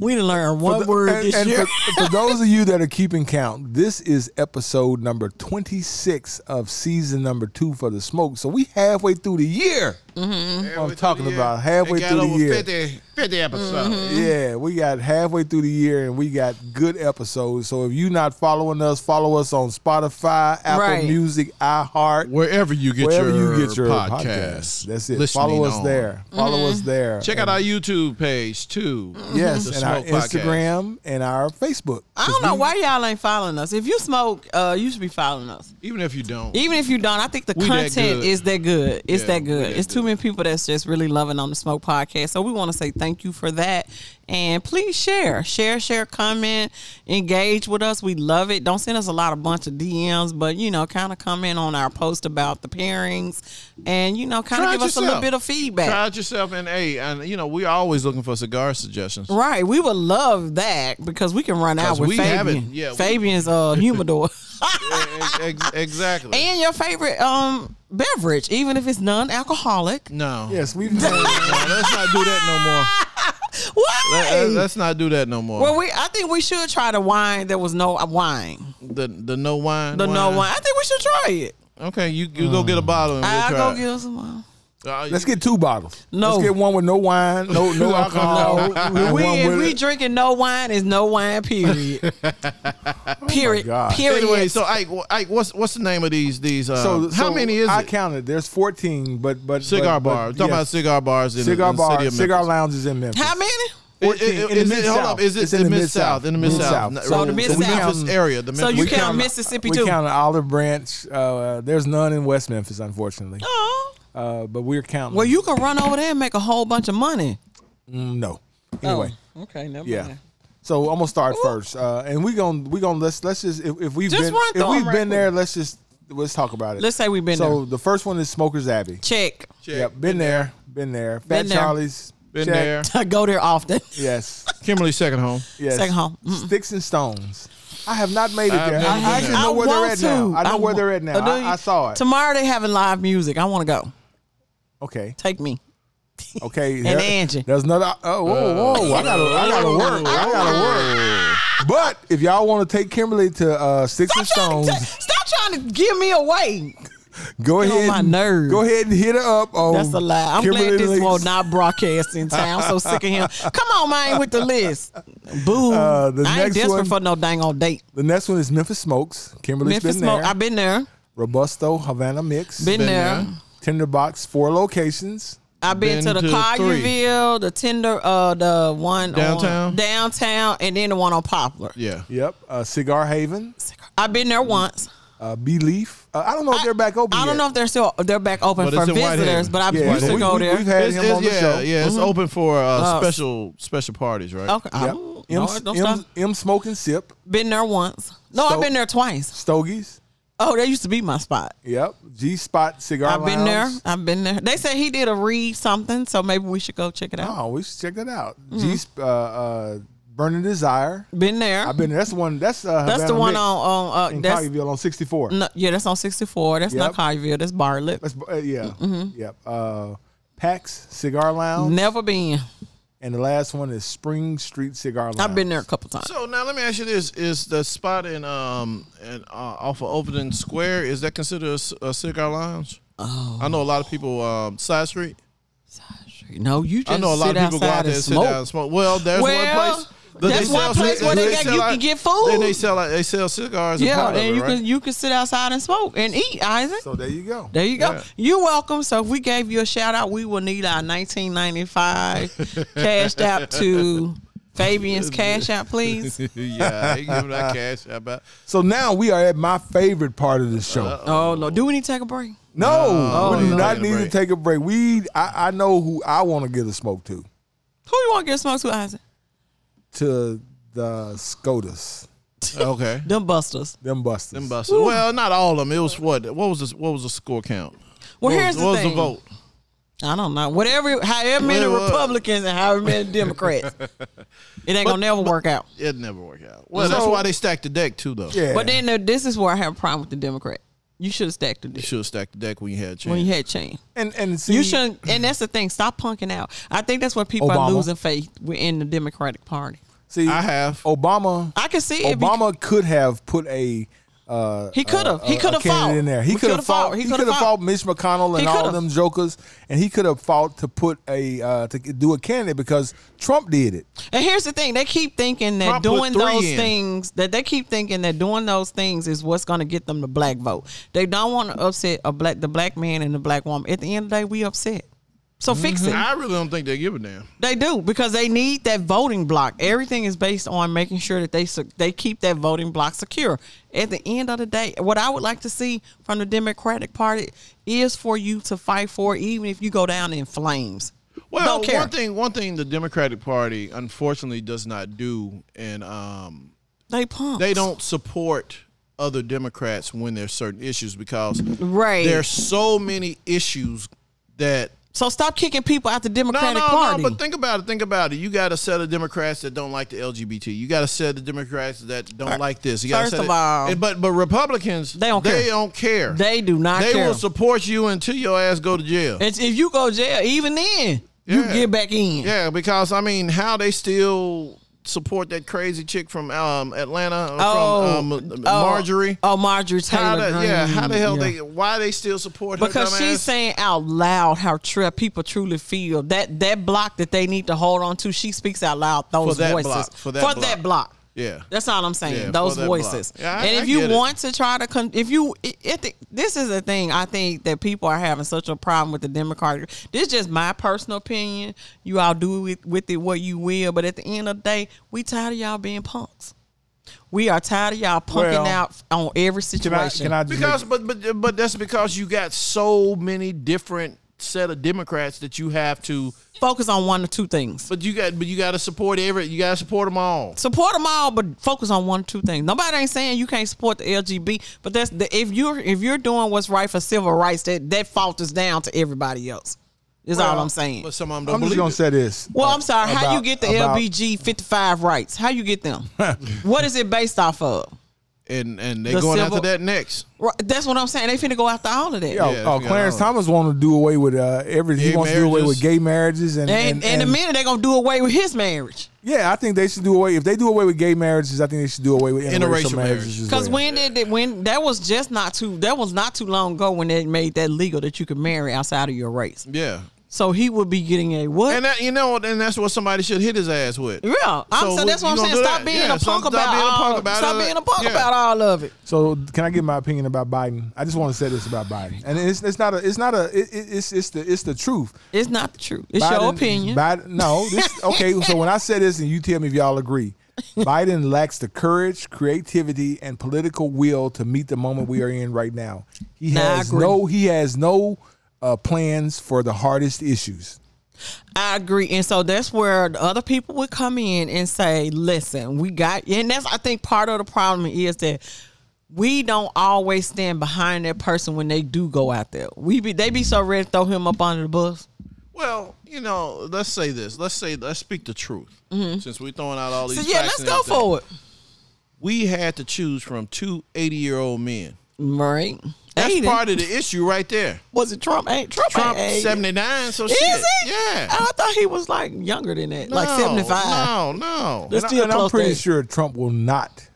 we done learned one For the- word and- this and year. For, for those of you that are keeping count, this is episode number 26 of season number two for the smoke. So we halfway through the year. Mm-hmm. Halfway through Mm-hmm. talking the year. about halfway They got through the over year. 50, 50 episodes. Mm-hmm. Yeah, we got halfway through the year and we got good episodes. So if you're not following us, follow us on Spotify, Apple Right. Music, iHeart, Wherever you get wherever your you get your podcast. podcast. That's it. Listening follow us on. there. Follow us there. Check out our YouTube page too. yes, The and our Smoke Podcast. Instagram and our Facebook. I don't know why y'all ain't following us. If you smoke, uh, you should be following us. Even if you don't. Even if you don't, I think the We that content good. is that good. It's Yeah, that we good. that it's too good. many people that's just really loving on the Smoke Podcast. So we want to say thank you for that. And please share, share, share, comment, engage with us. We love it. Don't send us a lot of bunch of DMs, but you know, kind of comment on our post about the pairings, and you know, kind of Try it give us a little yourself. bit of feedback. Try it yourself and hey, and you know, we're always looking for cigar suggestions. Right, we would love that because we can run out 'Cause with we Fabian. haven't- yeah, we- Fabian's uh, humidor Ex- E-, ex- exactly. and your favorite um beverage, even if it's non-alcoholic. no. Yes, we've had- No, let's not do that Why? no more. Let, us not do that no more. well, we I think we should try the wine. There was no uh, wine. the the no wine. The no wine. wine. I think we should try it. Okay, you, you go get a bottle and we'll I'll try. go get us some wine. it. Uh, Let's get two bottles. No. Let's get one with no wine, no no alcohol. and we one if with- Oh, we drinking no wine is no wine. Period. period. God. Period. Anyway, so Ike, wh- Ike, what's what's the name of these these? Uh, so, how so many is I it? counted. There's 14, but but cigar but, but, bar. We're talking yes. about cigar bars in, cigar in the city bar, of cigar Memphis. lounges in Memphis. how many? 14 It- it- in the is it- mid-South. Hold up, is it It's in the mid south? In the mid south. Mid-South. So the Mid-South. Memphis area. The So Memphis you we count, count- Mississippi we too? count Olive Branch. Uh, there's none in West Memphis, unfortunately. Oh. Uh, but we're counting. Well, you can run over there and make a whole bunch of money. Mm, no. Anyway, Oh, okay, never yeah. mind. So I'm gonna start first, uh, and we gonna we gonna let's let's just if, if we've Just been run if through we've 'em right been quick. there, let's just let's talk about it. Let's say we've been so there. the first one is Smokers Abbey. Check. Check. Yep, been there, been there. Fat Been there. Charlie's Been check. there. I go there often. Yes, Kimberly second home. yes. Second home. Mm-mm. Sticks and stones. I have not made it I've there. never I been actually there. know I where they're want at to. now. I know I where they're at want- now. Oh, do you? I, I saw it. Tomorrow they having live music. I want to go. Okay, Take me. okay. And Angie. There's another. Oh, whoa, whoa! I gotta, I gotta work. I gotta work. But if y'all want to take Kimberly to uh, Sticks and Stop trying, Stones, to, stop trying to give me away. go Get on ahead. my and- nerves. Go ahead and hit her up. On That's a lie. I'm Kimberly glad this Lee's, will not broadcast in town. I'm so sick of him. Come on, man, with the list. Boo. Uh, the I ain't next desperate one- for no dang old date. The next one is Memphis Smokes. Kimberly's Memphis been Smoke. there. I've been there. Robusto Havana Mix. Been, Been there. there. Tinderbox four locations. I've been, Been to the to three. Collierville, the Tinder, uh, the one on- Downtown? downtown, and then the one on Poplar. Yeah. Yep. Uh, Cigar Haven. I've been there once. Uh, Bee Leaf. Uh, I don't know if they're back open. I don't know if they're still they're back open But for it's in Whitehaven. visitors, but I Yeah, used to we, go we, there. We've had It's- him it's- on the yeah, show. Mm-hmm. yeah. It's open for uh, Uh, special special parties, right? Okay. I- Yep. no, M, don't M, stop. M Smoke and Sip. Been there once. No, I've Stoke. been there twice. Stogies. Oh, that used to be my spot. Yep. G Spot Cigar I've been there. Lounge. I've been there. They said he did a read something, so maybe we should go check it out. Oh, we should check that out. Mm-hmm. G Sp- uh, uh, Burning Desire. Been there. Oh. I've been there. That's the one. That's uh, that's the Havana one Mix on on uh, in that's Collierville on sixty four. no, yeah, that's on sixty four. That's not Yep. Collierville. That's Bartlett. That's uh, yeah. Mm-hmm. Yep. Uh, Pax Cigar Lounge. Never been. And the last one is Spring Street Cigar Lounge. I've been there a couple times. So now let me ask you this: Is the spot in um in, uh, off of Overton Square is that considered a, c- a cigar lounge? Oh. I know a lot of people um, side street. No, you just I know a lot sit of people go out there outside and and sit smoke. down and smoke. Well, there's Well, one place. that that's they one sell- place where they got- sell you out- can get food. Then they sell out- they sell cigars. Yeah, Yeah, part of and it, you right? can you can sit outside and smoke and eat, Isaac. So there you go. There you go. Yeah. You're welcome. So if we gave you a shout out, we will need our 1995 cashed out to Fabian's cash out, please. yeah, they give them that cash. How about So now we are at my favorite part of the show. Uh, Oh Lord, do we need to take a break? no, we do you're not taking need oh, a to break. take a break. We, I, I know who I want to give the smoke to. Who you want to get smoked to, Isaac? To the Scotus, okay? Them Busters. them busters. Them buses. Well, not all of them. It was what? What was this? What was the score count? Well, what was, here's the what was thing. the vote? I don't know. Whatever, however many Well, uh, Republicans and however many Democrats, it ain't gonna never work out. It never worked out. Well, that's So- why they stacked the deck too, though. Yeah. But then uh, this is where I have a problem with the Democrat. You should have stacked the You dish should have stacked the deck when you had a chance. when you had change. and and see, You shouldn't, and that's the thing. Stop punking out. I think that's where people are Obama. losing faith within the Democratic Party. see. I have. Oh. Obama. I can see it. because- Obama could have put a. Uh, He could've. a- He a- a could've candidate fought. in there. He We could have could've fought. fought. He He could've could have fought. fought Mitch McConnell He and all could've. them jokers, and he could have fought to put a uh, to do a candidate because Trump did it. and here's the thing: they keep thinking that Trump put doing three those in. things that they keep thinking that doing those things is what's going to get them the black vote. They don't want to upset a black the black man and the black woman. At the end of the day, we upset. So fix it. I really don't think they give a damn. They do because they need that voting block. Everything is based on making sure that they sec- they keep that voting block secure. At the end of the day, what I would like to see from the Democratic Party is for you to fight for, it, even if you go down in flames. Well, Don't care. one thing, one thing, the Democratic Party unfortunately does not do, and um, They pump. they don't support other Democrats when there's certain issues because Right. there's so many issues that. so stop kicking people out the No, Democratic no, Party. no! But think about it. Think about it. You got a set of Democrats that don't like the LGBT. You got a set of Democrats that don't like this. You got a first set of all- and- but but Republicans They don't They care. don't care. they do not They care. will support you until your ass go to jail. It's- if you go jail, even then you Yeah. get back in. Yeah, because I mean, how they still support that crazy chick from um, Atlanta, Oh, from um, oh, Marjorie? Oh, Marjorie Taylor. how the, yeah, Greene. how the hell Yeah. they? Why they still support her? because dumb she's ass? saying out loud how tr- people truly feel that that block that they need to hold on to. She speaks out loud For those that voices block, for that block. block. Yeah. that's all I'm saying. Yeah, for those that voices. block. Yeah, I- and I if you get it. want to try to, con- if you, it, it, this is the thing. I think that people are having such a problem with the Democratic. This is just my personal opinion. You all do with, with it what you will, but at the end of the day, we tired of y'all being punks. We are tired of y'all punking Well, out on every Can I? situation. Can I? Just make- because, but but but that's because you got so many different set of Democrats that you have to. Focus on one or two things. But you got, but you got to support every. You got to support them all. support them all, but focus on one or two things. Nobody ain't saying you can't support the LGB, but that's the, if you're if you're doing what's right for civil rights, that that falters down to everybody else. Is all I'm saying. But some of them don't I'm just believe gonna it. say this. Well, I'm sorry. how you about- get the about- LBG 55 rights? How you get them? what is it based off of? and and they're The going civil- after that next. Right, That's what I'm saying. They finna go after all of that. Yeah, Yeah, oh, yeah, Clarence I don't know. Thomas want to do away with uh, everything. Gay he wants to do away with marriages. gay marriages and And, and, in a minute, they're going to do away with his marriage. Yeah, I think they should do away. If they do away with gay marriages, I think they should do away with interracial, Interracial marriages. as Because well. when did it, when that was just not too that was not too long ago when they made that legal that you could marry outside of your race. Yeah, So he would be getting a what? and that you know, and that's what somebody should hit his ass with. Yeah, I'm, so, So that's you what gonna I'm saying. do Stop that? being Yeah, a so punk stop about being a all. punk about stop it. being a punk Yeah. about all of it. So can I give my opinion about Biden? I just want to say this about Biden, and it's it's not a it's not a it, it- it's it's the it's the truth. It's not the truth. It's your Biden- opinion. Biden, no, this, okay. so when I say this, and you tell me if y'all agree, Biden lacks the courage, creativity, and political will to meet the moment we are in right now. He Nah, I has agree. no he has no uh, plans for the hardest issues. I agree, and so that's where the other people would come in and say, "Listen, we got," and that's I think part of the problem is that we don't always stand behind that person when they do go out there. We be they be so ready to throw him up under the bus. Well, you know, let's say this. Let's say let's speak the truth. Since we're throwing out all Mm-hmm. So these, yeah, facts let's and go everything. for it, We had to choose from two 80 year old men. right? That's Aiden. part of the issue right there. was it Trump? Ain't Trump? Trump ain't Aiden. 79, so Is shit. it? Yeah. I thought he was like younger than that, like No, seventy five. No, no. Let's And, do I, a and I'm close pretty thing. sure Trump will not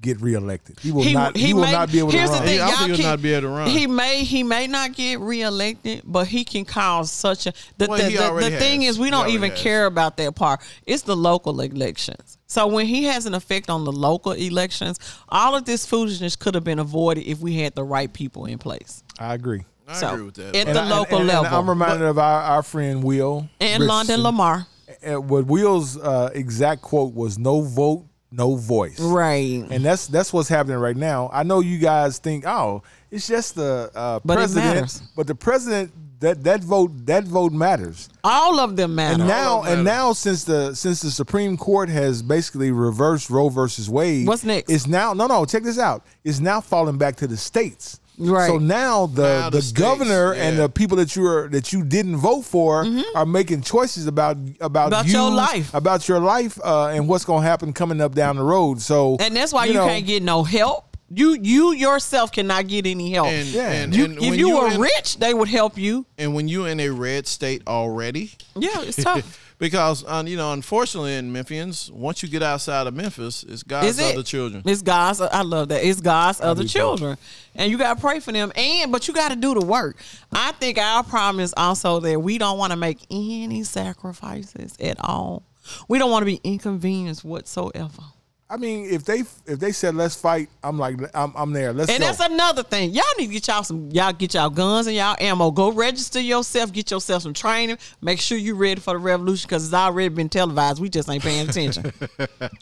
get reelected. He will he, not. He, he will may, not be able to here's run. The thing, Yeah, I don't y'all think he'll can- not be able to run. He may he may not get reelected, but he can cause such a the, Well, the, he the- the already thing has. is we He don't already even has. care about that part. It's the local elections. So when he has an effect on the local elections, all of this foolishness could have been avoided if we had the right people in place. I agree. I so agree with that. it- It, At the local level. I'm reminded of our, our friend Will And London Richardson. Lamar. And what Will's uh, exact quote was, "No vote, no voice." Right. And that's that's what's happening right now. I know you guys think, "Oh, it's just the uh, But it president," matters. but the president that that vote that vote matters. all of them matter. And now, don't matter. and now, since the since the Supreme Court has basically reversed Roe versus Wade, What's next? It's now no no. Check this out. It's now falling back to the states. Right. So now the Now the, the states, governor and yeah. the people that you are that you didn't vote for are making choices about about, Mm-hmm. About you, your life. about your life, uh, and what's going to happen coming up down the road. So and that's why you, know, can't get no help. You you yourself cannot get any help. and, Yeah. and, You- and if when you you're were in- rich, they would help you. and when you're in a red state already, Yeah, it's tough. because um, you know, unfortunately, in Memphians, once you get outside of Memphis, it's God's Is it? other children. It's God's. I love that. It's God's other children, and you got to pray for them. And but you got to do the work. I think our problem is also that we don't want to make any sacrifices at all. We don't want to be inconvenienced whatsoever. I mean, if they if they said let's fight, I'm like I'm, I'm there. Let's And go. that's another thing. Y'all need to get y'all some. Y'all get y'all guns and y'all ammo. Go register yourself. Get yourself some training. Make sure you ready for the revolution because it's already been televised. We just ain't paying attention.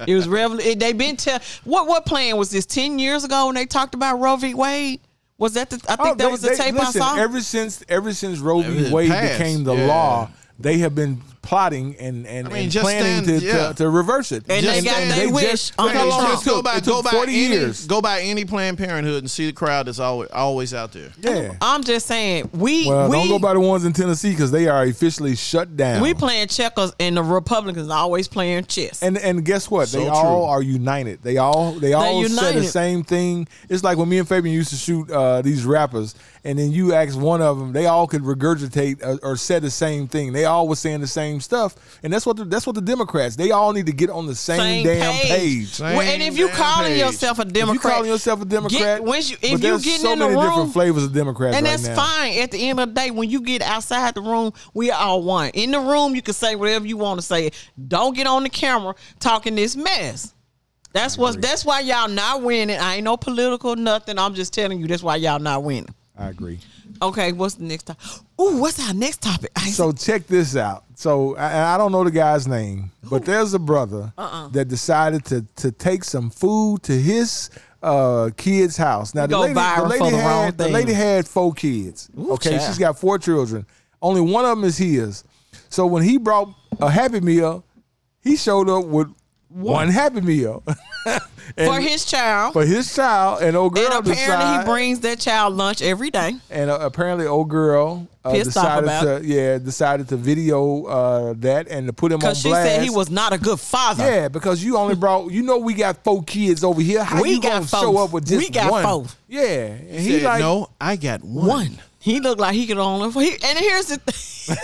it was revol. it- They been tell. What what plan was this? Ten years ago when they talked about Roe v. Wade. Was that the? I think Oh, that they- was the they- tape listen, I saw. Ever since ever since Roe Ever v. since Wade passed, became the yeah. law, they have been plotting and and, I mean, and just planning stand- to, yeah. to to reverse it. And they Just got stand- they they wish. just- on they Uncle just Trump. took- Go by, It go took by 40 any, years. Go by any Planned Parenthood and see the crowd that's always always out there. Yeah. I'm just saying we Well, we don't go by the ones in Tennessee because they are officially shut down. we playing checkers and the Republicans are always playing chess. and and guess what? So they true. all are united. They all they all said the united. same thing. It's like when me and Fabian used to shoot uh, these rappers, and then you asked one of them, they all could regurgitate uh, or, or said the same thing. They all was saying the same stuff, and that's what the, that's what the Democrats. They all need to get on the same, damn page. Well, and if you Same damn calling page. yourself a Democrat, If you calling yourself a Democrat, get, once you, but if you there's getting so in the many room, different flavors of Democrats, and right that's now. fine. At the end of the day, when you get outside the room, we are all one. In the room, you can say whatever you want to say. Don't get on the camera talking this mess. That's what. That's why y'all not winning. I ain't no political nothing. I'm just telling you. That's why y'all not winning. I agree. Okay, what's the next topic? Ooh, what's our next topic? I So check this out. So I, I don't know the guy's name, but there's a brother Uh-uh. that decided to to take some food to his uh, kid's house. Now Go viral for the wrong had, the lady thing. had four kids. Ooh, okay, child. she's got four children. Only one of them is his. So when he brought a Happy Meal, he showed up with one Happy Meal And- for his child. for his child, and old girl and apparently decide- he brings that child lunch every day. and uh, apparently old girl uh, Pissed off decided about to yeah decided to video uh, that and to put him on Because blast. she said he was not a good father. yeah because you only brought you know we got four kids over here. How We you got gonna four. show up with just We got one? four. Yeah, and he, He said, like no, I got one. One. He looked like he could only. He, and here's the thing.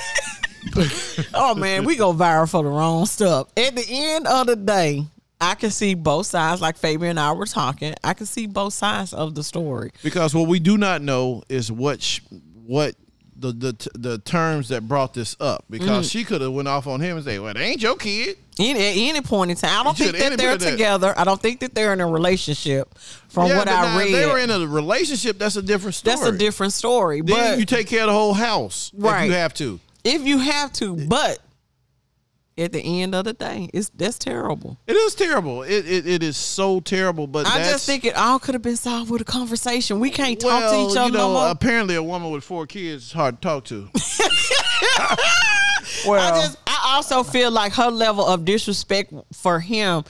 oh man, we go viral for the wrong stuff. At the end of the day, I can see both sides. Like Fabian and I were talking, I can see both sides of the story. Because what we do not know is what sh- what the, the the terms that brought this up. Mm. Because she could have went off on him and say, "Well, they ain't your kid." In, at any point in time, I don't Yeah, think at that any they're point of that. together. I don't think that they're in a relationship. From Yeah, what but I now, if read, they were in a relationship. That's a different story. that's a different story. Then but you take care of the whole house if Right. you have to. if you have to, but at the end of the day, it's that's terrible. It is terrible. It it, it is so terrible. But I that's, just think it all could have been solved with a conversation. We can't talk well, to each other you know, no more. apparently a woman with four kids is hard to talk to. well uh, I just I also feel like her level of disrespect for him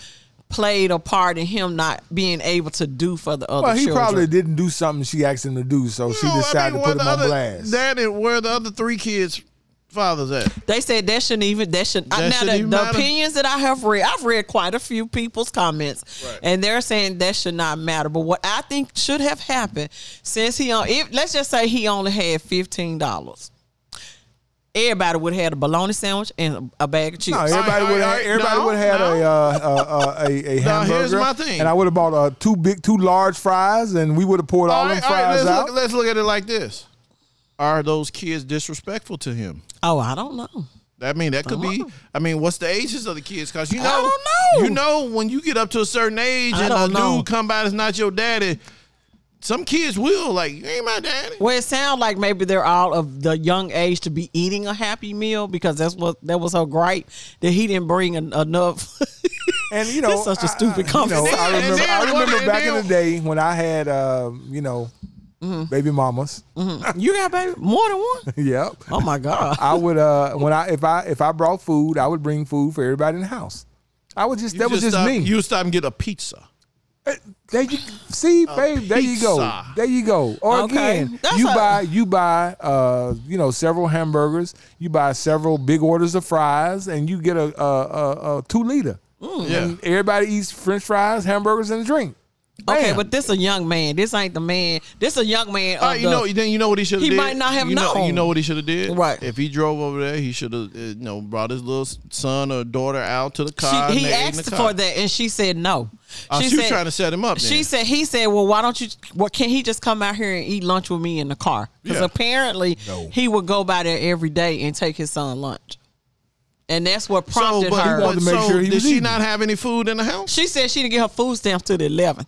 played a part in him not being able to do for the other well he children. probably didn't do something she asked him to do, so she No, I decided mean, to where put the him on other- blast. That and where the other three kids' fathers at. they said that shouldn't even that should That now shouldn't the, even the matter. opinions that I have read I've read quite a few people's comments Right. and they're saying that should not matter but what I think should have happened since he on if let's just say he only had fifteen dollars everybody would have had a bologna sandwich and a, a bag of chips no, everybody Alright, would have alright, everybody no, would have had no. a, uh, uh, uh, a a hamburger. here's my thing. And I would have bought uh, two big, two large fries, and we would have poured all, All them right, all right, fries let's, out. Look, let's look at it like this: Are those kids disrespectful to him? oh I don't know I mean, that could Uh-huh. be. I mean, what's the ages of the kids? Because you know, don't know. you know, when you get up to a certain age I and a don't know. dude come by that's not your daddy, some kids will like, "You ain't my daddy." Well, it sounds like maybe they're all of the young age to be eating a happy meal because that's what that was her gripe that he didn't bring en- enough. And you know, It's such a stupid I, I, you know, conversation. I And remember, then I what- remember and back then- in the day when I had, uh, you know, Mm-hmm. baby mamas. you got baby more than one. yep. Oh my god! I would uh when I if I if I brought food, I would bring food for everybody in the house. I would just You that was just stop, me. You stop and get a pizza. There you see, babe. There you go. pizza. There you go. Or Okay. again, That's you a- buy you buy uh you know several hamburgers, you buy several big orders of fries, and you get a a, a, a two liter. Mm. Mm-hmm. Yeah. Everybody eats French fries, hamburgers, and a drink. okay, Bam. but this a young man. This ain't the man. This a young man. Of Uh, All right, Uh, you the- know, then you know what he should have. He did? might not have you know, known. You know what he should have did? Right. If he drove over there, he should have, you know, brought his little son or daughter out to the she- uh, car. and he they ate in asked the for car. that, and she said no. Oh, she she was said- trying to set him up. She then. said, he said, well, why don't you, well, can he just come out here and eat lunch with me in the car? Because Yeah. apparently No. he would go by there every day and take his son lunch. And that's what prompted but, her. wanted but to make so sure he did was she eating. not have any food in the house? she said she didn't get her food stamps till the 11th.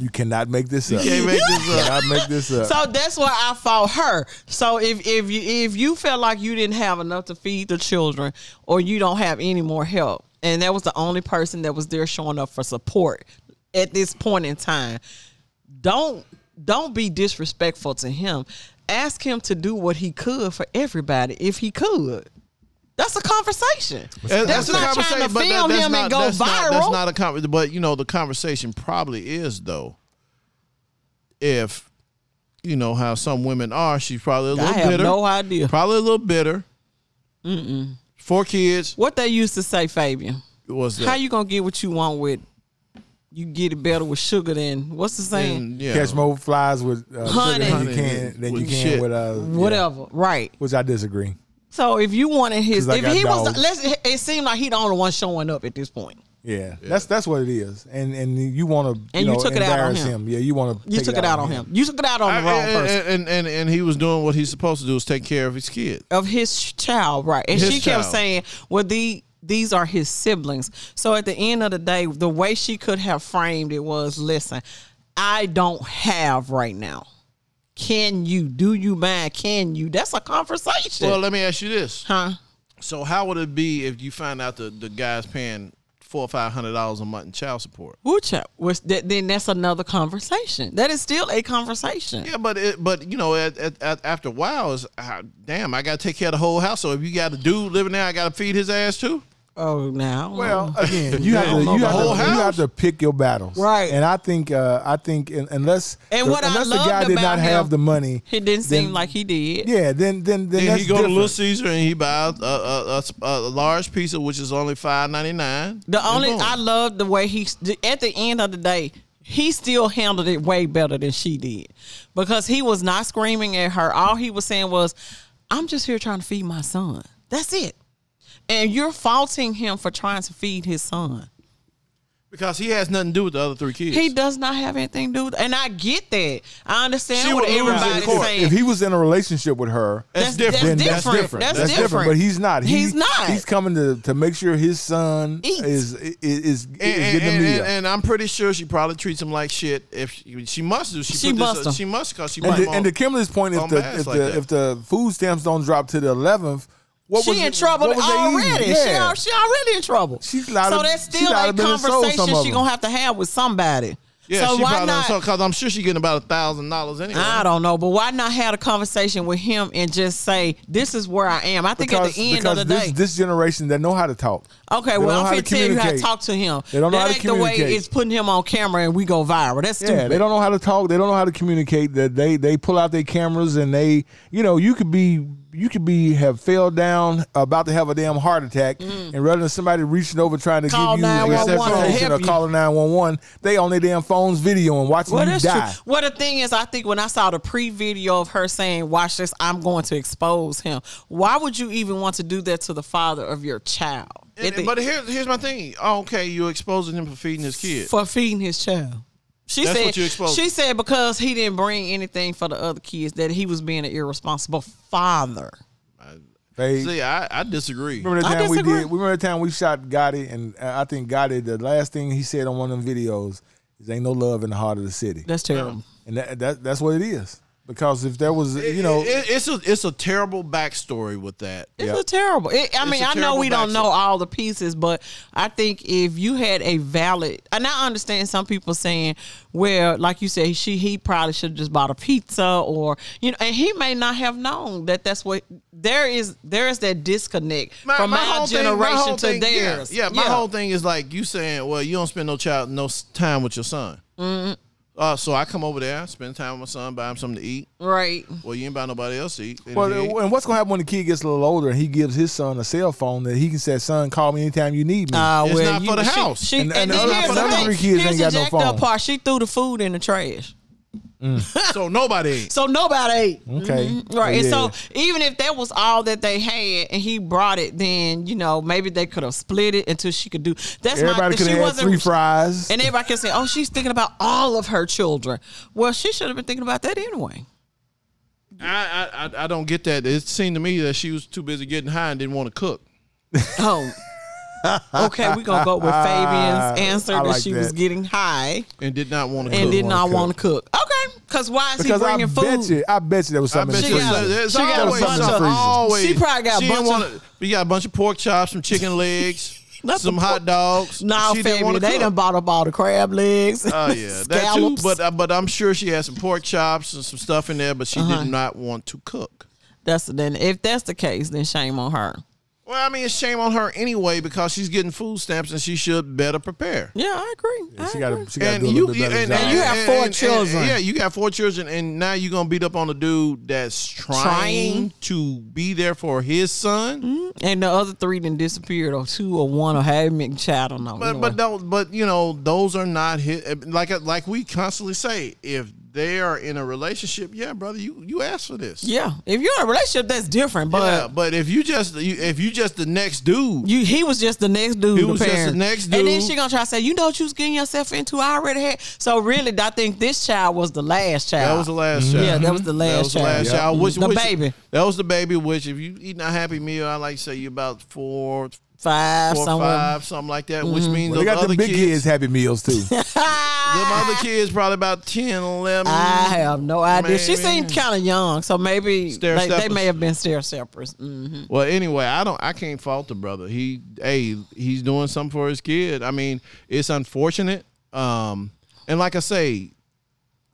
You cannot make this up. Can't make this up. cannot make this up. so that's why I fought her. So if, if you if you felt like you didn't have enough to feed the children or you don't have any more help, and that was the only person that was there showing up for support at this point in time, don't don't be disrespectful to him. Ask him to do what he could for everybody if he could. That's a conversation. And That's, a not conversa- trying to but that- film that's him not- and go that's viral. Not, that's not a conversation. But you know, the conversation probably is though. If you know how some women are, she's probably a I little have bitter. no idea. Probably a little bitter. Mm-mm. Four kids what they used to say, Fabian. was that? How you gonna get what you want with? You get it better with sugar than what's the saying? and, yeah. Catch more flies with uh, sugar than Honey. you can than you With can shit. with uh, yeah. Whatever, right? which I disagree. So if you wanted his, 'Cause I if got he was, dogs. let's, it seemed like he the only one showing up at this point. Yeah, that's that's what it is, and and you want to And you know, took it out on embarrass him. Yeah, you want to You took it out on him. You took it out on I- eh, the wrong and, person and, and and he was doing what he's supposed to do is take care of his kid. of his child, right? And His she kept child. saying, "Well, the." These are his siblings. So at the end of the day, the way she could have framed it was listen, I don't have right now. Can you? Do you mind? Can you? That's a conversation. Well, let me ask you this: huh? So how would it be if you find out the the guy's paying four or five hundred dollars a month in child support. Woo chap. Which uh, that, then that's another conversation. That is still a conversation. Yeah, but it, but you know, at, at, at, after a while, it's ah, damn, I got to take care of the whole house. So if you got a dude living there, I got to feed his ass too. Oh, now. Well, again, you have to know you the have to, whole you have house. to pick your battles, Right. And I think uh, I think un- unless And what I unless the loved guy did about not have him- the money, he didn't seem then- like he did. yeah, then then then Then that's he go to different. Little Caesar and he buys a, a, a s- a large pizza, which is only five ninety nine. The only I love the way he at the end of the day he still handled it way better than she did because he was not screaming at her. All he was saying was, "I'm just here trying to feed my son. That's it." And you're faulting him for trying to feed his son. because he has nothing to do with the other three kids. He does not have anything to do with And I get that. I understand She what would lose in everybody's court. saying. If he was in a relationship with her, That's then different. That's different. That's, different. But he's not. He- He's not. He's coming to to make sure his son Eats. is is is, and, is and, getting a and, meal. and, and I'm pretty sure she probably treats him like shit. If she, she must do, she, She put must This, have. she must because she And might to, want- and to Kimberly's point, if on the mass if like the that. if the food stamps don't drop to the eleventh, what she was in it- trouble what was they eating? already. She Yeah. al- She, already in trouble. She so lied to- that's she still lied to a been sold some conversation of she them. gonna have to have with somebody. yeah, so she why probably not? Ah, Because I'm sure she's getting about a thousand dollars anyway. I don't know, but why not have a conversation with him and just say, "This is where I am." I think at the end of because the this, day, this generation that know how to talk. okay. They Well, don't know I'm how gonna to tell you how to communicate. talk to him. They don't know that how to ain't the way communicate. it's putting him on camera and we go viral. That's stupid. Yeah, they don't know how to talk. They don't know how to communicate. That they they pull out their cameras and they, you know, you could be you could be have fell down about to have a damn heart attack, and rather than somebody reaching over trying to Mm. Call give you 911 to resuscitation help or you. calling nine one one, they on their damn phones video and watching Well, you that's die. true. Well, the thing is, I think when I saw the pre-video of her saying, "Watch this, I'm going to expose him," why would you even want to do that to the father of your child? And- At the- but here's here's my thing. Oh, okay, you're exposing him for feeding his kid. for feeding his child. She That's said what you exposed. she said because he didn't bring anything for the other kids that he was being an irresponsible father. They- See, I, I disagree. Remember the I time we disagree. did? We remember the time we shot Gotti, and uh, I think Gotti. The last thing he said on one of them videos is, "Ain't no love in the heart of the city," That's terrible. and that, that that's what it is. Because if there was, you know, It- it- it's a it's a terrible backstory with that. It's Yeah. a terrible. It, I It's mean, a I know terrible we don't know backstory. all the pieces, but I think if you had a valid, and I understand some people saying, well, like you said, she he probably should have just bought a pizza, or you know, and he may not have known that that's what there is. There is that disconnect from my, thing- generation whole to thing- yeah, theirs. Yeah, my whole thing is like you saying, well, you don't spend no child no s- time with your son. Mm-hmm. Uh, so I come over there, spend time with my son, buy him something to eat. right. Well, you ain't buy nobody else to eat. And Well, he ate. and what's gonna happen when the kid gets a little older and he gives his son a cell phone that he can say, "Son, call me anytime you need me." Uh, It's well, not you- for the she- house. She, And- and, and the then other- here's for the the thing. other kids here's ain't the got no jacked up phone. part. She threw the food in the trash, so nobody ate. so nobody ate. Mm-hmm. okay, Right. And Yeah. so even if that was all that they had and he brought it, then, you know, maybe they could have split it until she could do that's my everybody she could have had wasn't three fries. and everybody can say, Oh, she's thinking about all of her children. Well, she should have been thinking about that anyway. I, I I- I don't get that. It seemed to me that she was too busy getting high and didn't want to cook. Oh. okay, we're gonna go with Fabian's answer I that like she that. was getting high And did not want to and cook. did wanna not cook. want to cook. Okay. Cause why is because he I bringing bet food? you, I bet you there was I something. bet in you the she freezer. got- there's she got a always bunch of- something. Always. She probably got a She didn't bunch of- wanna- You got a bunch of pork chops, some chicken legs, Not the some pork- hot dogs. Nah, She didn't Fabian, wanna they cook. done bought up all the crab legs. Oh yeah, that too. scallops. But uh, but I'm sure she had some pork chops and some stuff in there, but she Uh-huh. did not want to cook. That's then if that's the case, then shame on her. Well, I mean, it's shame on her anyway because she's getting food stamps and she should better prepare. Yeah, I agree. I She got agree. to, she got to and do a you, little bit better and, job. and- You have and- four and- children. And, yeah, you got four children, and now you're gonna beat up on a dude that's trying, Trying. Mm-hmm. to be there for his son. And the other three then disappeared, or two, or one, or however many child. I don't know. But Anyway. but don't but you know those are not his. eh, Like like we constantly say, if they are in a relationship, yeah, brother, you you asked for this. yeah, if you're in a relationship, that's different. Yeah, But but if you just you, if you just the next dude, you, he was just the next dude. He was just the apparently. next And then dude. she gonna try to say, you know, what you was getting yourself into. I already had. So really, I think this child was the last child. That was the last child. Mm-hmm. Yeah, that was the last That was the child. last Yeah. child. Which, The which- baby. That was the baby. Which, if you eating a happy meal, I like to say you about four, five four, somewhere. five, something like that. Which means They those got other the big kids, kids happy meals too. them other kids probably about 10, 11. I have no idea. She Maybe. seemed kind of young, so maybe Stair they, they steppers. may have been stair steppers. Mm-hmm. Well, anyway, I don't. I can't fault the brother. He, hey, he's doing something for his kid. I mean, it's unfortunate. Um, and like I say,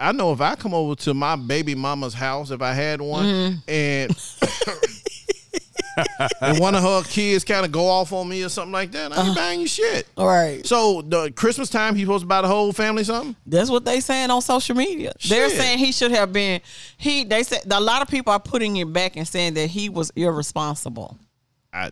I know if I come over to my baby mama's house, if I had one, and and one of her kids kind of go off on me or something like that, I ain't buying you shit. All right. So the Christmas time, he supposed to buy the whole family something. That's what they saying on social media. They're Shit. saying he should have been he they said a lot of people are putting it back and saying that he was irresponsible. I,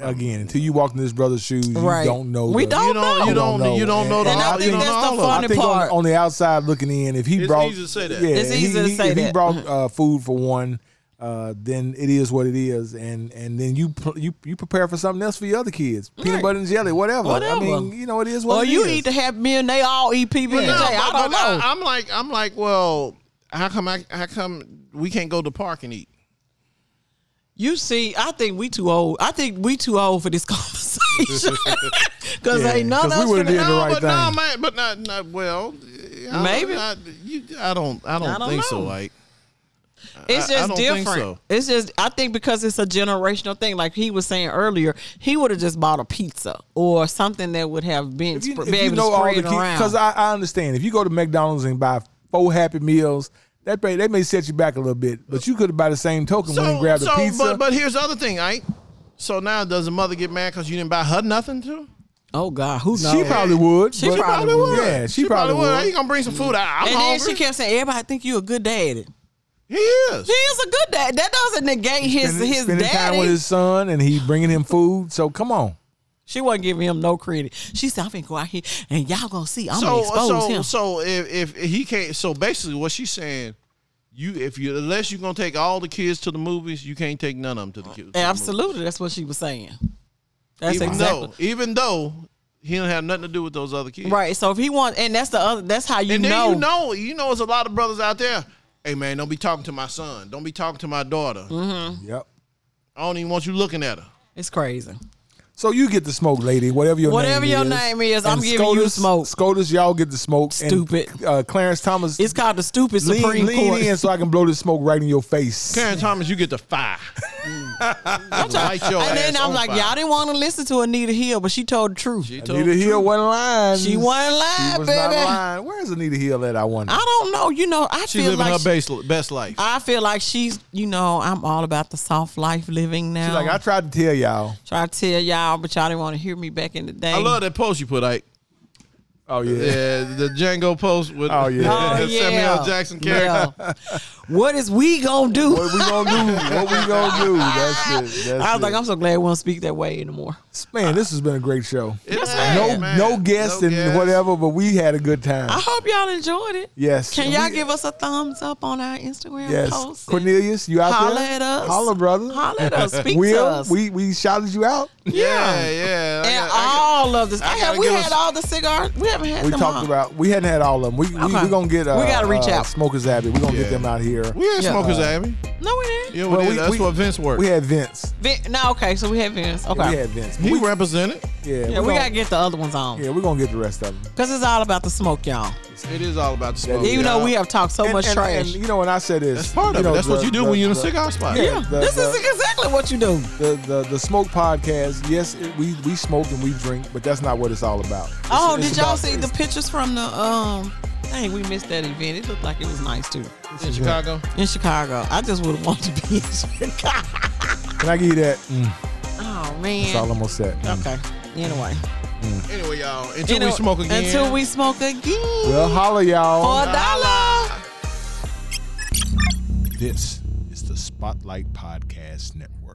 Again, until you walk in this brother's shoes, you Right. don't know. We the- don't you don't, know. you Don't don't, know. you don't know the, And I all- you think don't know that's the all of it. funny I think on, part. on the outside looking in, if he It's brought, easy to say that. Yeah, It's he- easy to he- say if he that. brought uh, food for one, uh, then it is what it is, and and then you pl- you you prepare for something else for your other kids, peanut Right. butter and jelly, whatever. I Whatever. mean, you know, it is what Or it you is. need to have me and they all eat PB and J. No, I but- don't but know. I, am like, I'm like, well, how come I, how come we can't go to the park and eat? you see, I think we too old. I think we too old for this conversation. Cause Yeah, ain't none of 'cause we us would've finna- did the right but no, thing. man, but not, not well. I don't- Maybe. I, you, I don't, I don't, I don't think so. know. Like, It's I- I just don't think different. so. It's just I think because it's a generational thing. Like he was saying earlier, he would have just bought a pizza or something that would have been If you, sp- if be you able know to all spread the around. because I, I understand if you go to McDonald's and buy four Happy Meals, that may, that may set you back a little bit, but you could have by the same token when you grab so, the pizza. but, but here's the other thing, right? So now, does the mother get mad because you didn't buy her nothing too? oh God, who knows? she probably would. She but- probably would. Yeah, she, probably, How you would. gonna bring some food? I, I'm and then hungry. she kept saying, "Everybody think you a good daddy." he is. He is a good dad. That doesn't negate his Spending- his spending time daddy. with his son, and he bringing him food. So come on. she wasn't giving him no credit. She said, "I'm gonna go out here and y'all gonna see. I'm gonna so, expose so, him." so if, if he can't, so basically, what she's saying. You, if you, unless you're gonna take all the kids to the movies, you can't take none of them to the kids. to the movies. Absolutely, that's what she was saying. That's even exactly though, even though he don't have nothing to do with those other kids, right. So if he wants, and that's the other. That's how you And then know. you know, you know, it's a lot of brothers out there. Hey man, don't be talking to my son. Don't be talking to my daughter. Mm-hmm. Yep. I don't even want you looking at her. It's crazy. So you get the smoke, lady. Whatever your Whatever name your is. name is, I'm And giving you smoke. SCOTUS, y'all get the smoke. And, Stupid. uh, Clarence Thomas. It's called the stupid lean, Supreme lean Court. in so I can blow this smoke right in your face. Karen Thomas, you get the fire. I'm trying- Light your and then ass I'm on like, fire. y'all didn't want to listen to Anita Hill, but she told the truth. She, You told Anita the Hill truth. wasn't lying. wasn't She lying, was baby. not lying. Where's Anita Hill at? I wonder. I don't know. You know, I She feel living like her she- base, best life. I feel like she's. You know, I'm all about the soft life living now. She's like, I tried to tell y'all. try to tell y'all, but y'all didn't want to hear me back in the day. I love that post you put, Ike. Oh yeah. Yeah, the Django post with Oh, yeah. Oh, yeah. Samuel Jackson character. Yeah. What is we gonna do? What we gonna do? What we gonna do? That's it. That's I was it. like, I'm so glad we don't speak that way anymore. man, this has been a great show. It is, No, man. no guests No and guests. whatever, but we had a good time. I hope y'all enjoyed it. Yes. Can y'all We- give us a thumbs up on our Instagram Yes, post? and Cornelius, you out Holler there? at us. Holler, brother. Holler at us. Speak Will, to us. we we shouted you out. Yeah, yeah. I and got- I got- all of this. I I have, gotta we give had us- all the cigars. We haven't had We them talked all. about we hadn't had all of them. We we, Okay. we gonna get. Uh, We gotta reach uh, out. Smokers Abbey. We gonna Yeah. get them out here. we had Yeah. smokers, Abby. No, we didn't. Yeah, Uh, Well, we, we- did. That's we- what Vince worked. we had Vince. Vin, no, okay. So we had Vince. Okay. We had Vince. he we, represented. yeah, yeah, we gonna- gotta get the other ones on Yeah, we're gonna get the rest of them. because it's all about the smoke, y'all. It is all about the smoke. Oh, Yeah. Even though we have talked so and, much and- and, trash. you know, when I said this, That's part of know, it. That's the- what you do the- when you're in a the- cigar spot. Yeah. yeah, the- this is the- exactly what you do. The, the the smoke podcast. Yes, it, we we smoke and we drink, but that's not what it's all about. It's- Oh, it's did y'all about- see the it's- pictures from the um? Dang, we missed that event. It looked like it was nice too in Chicago. in Chicago. I just would have wanted to be in Chicago. Can I give you that? Mm, Oh it's man. all I'm gonna say. Mm. Okay. Anyway. Anyway, y'all. Until Anyway, we smoke again. Until we smoke again. Well, holla, y'all. For a dollar. This is the Spotlight Podcast Network.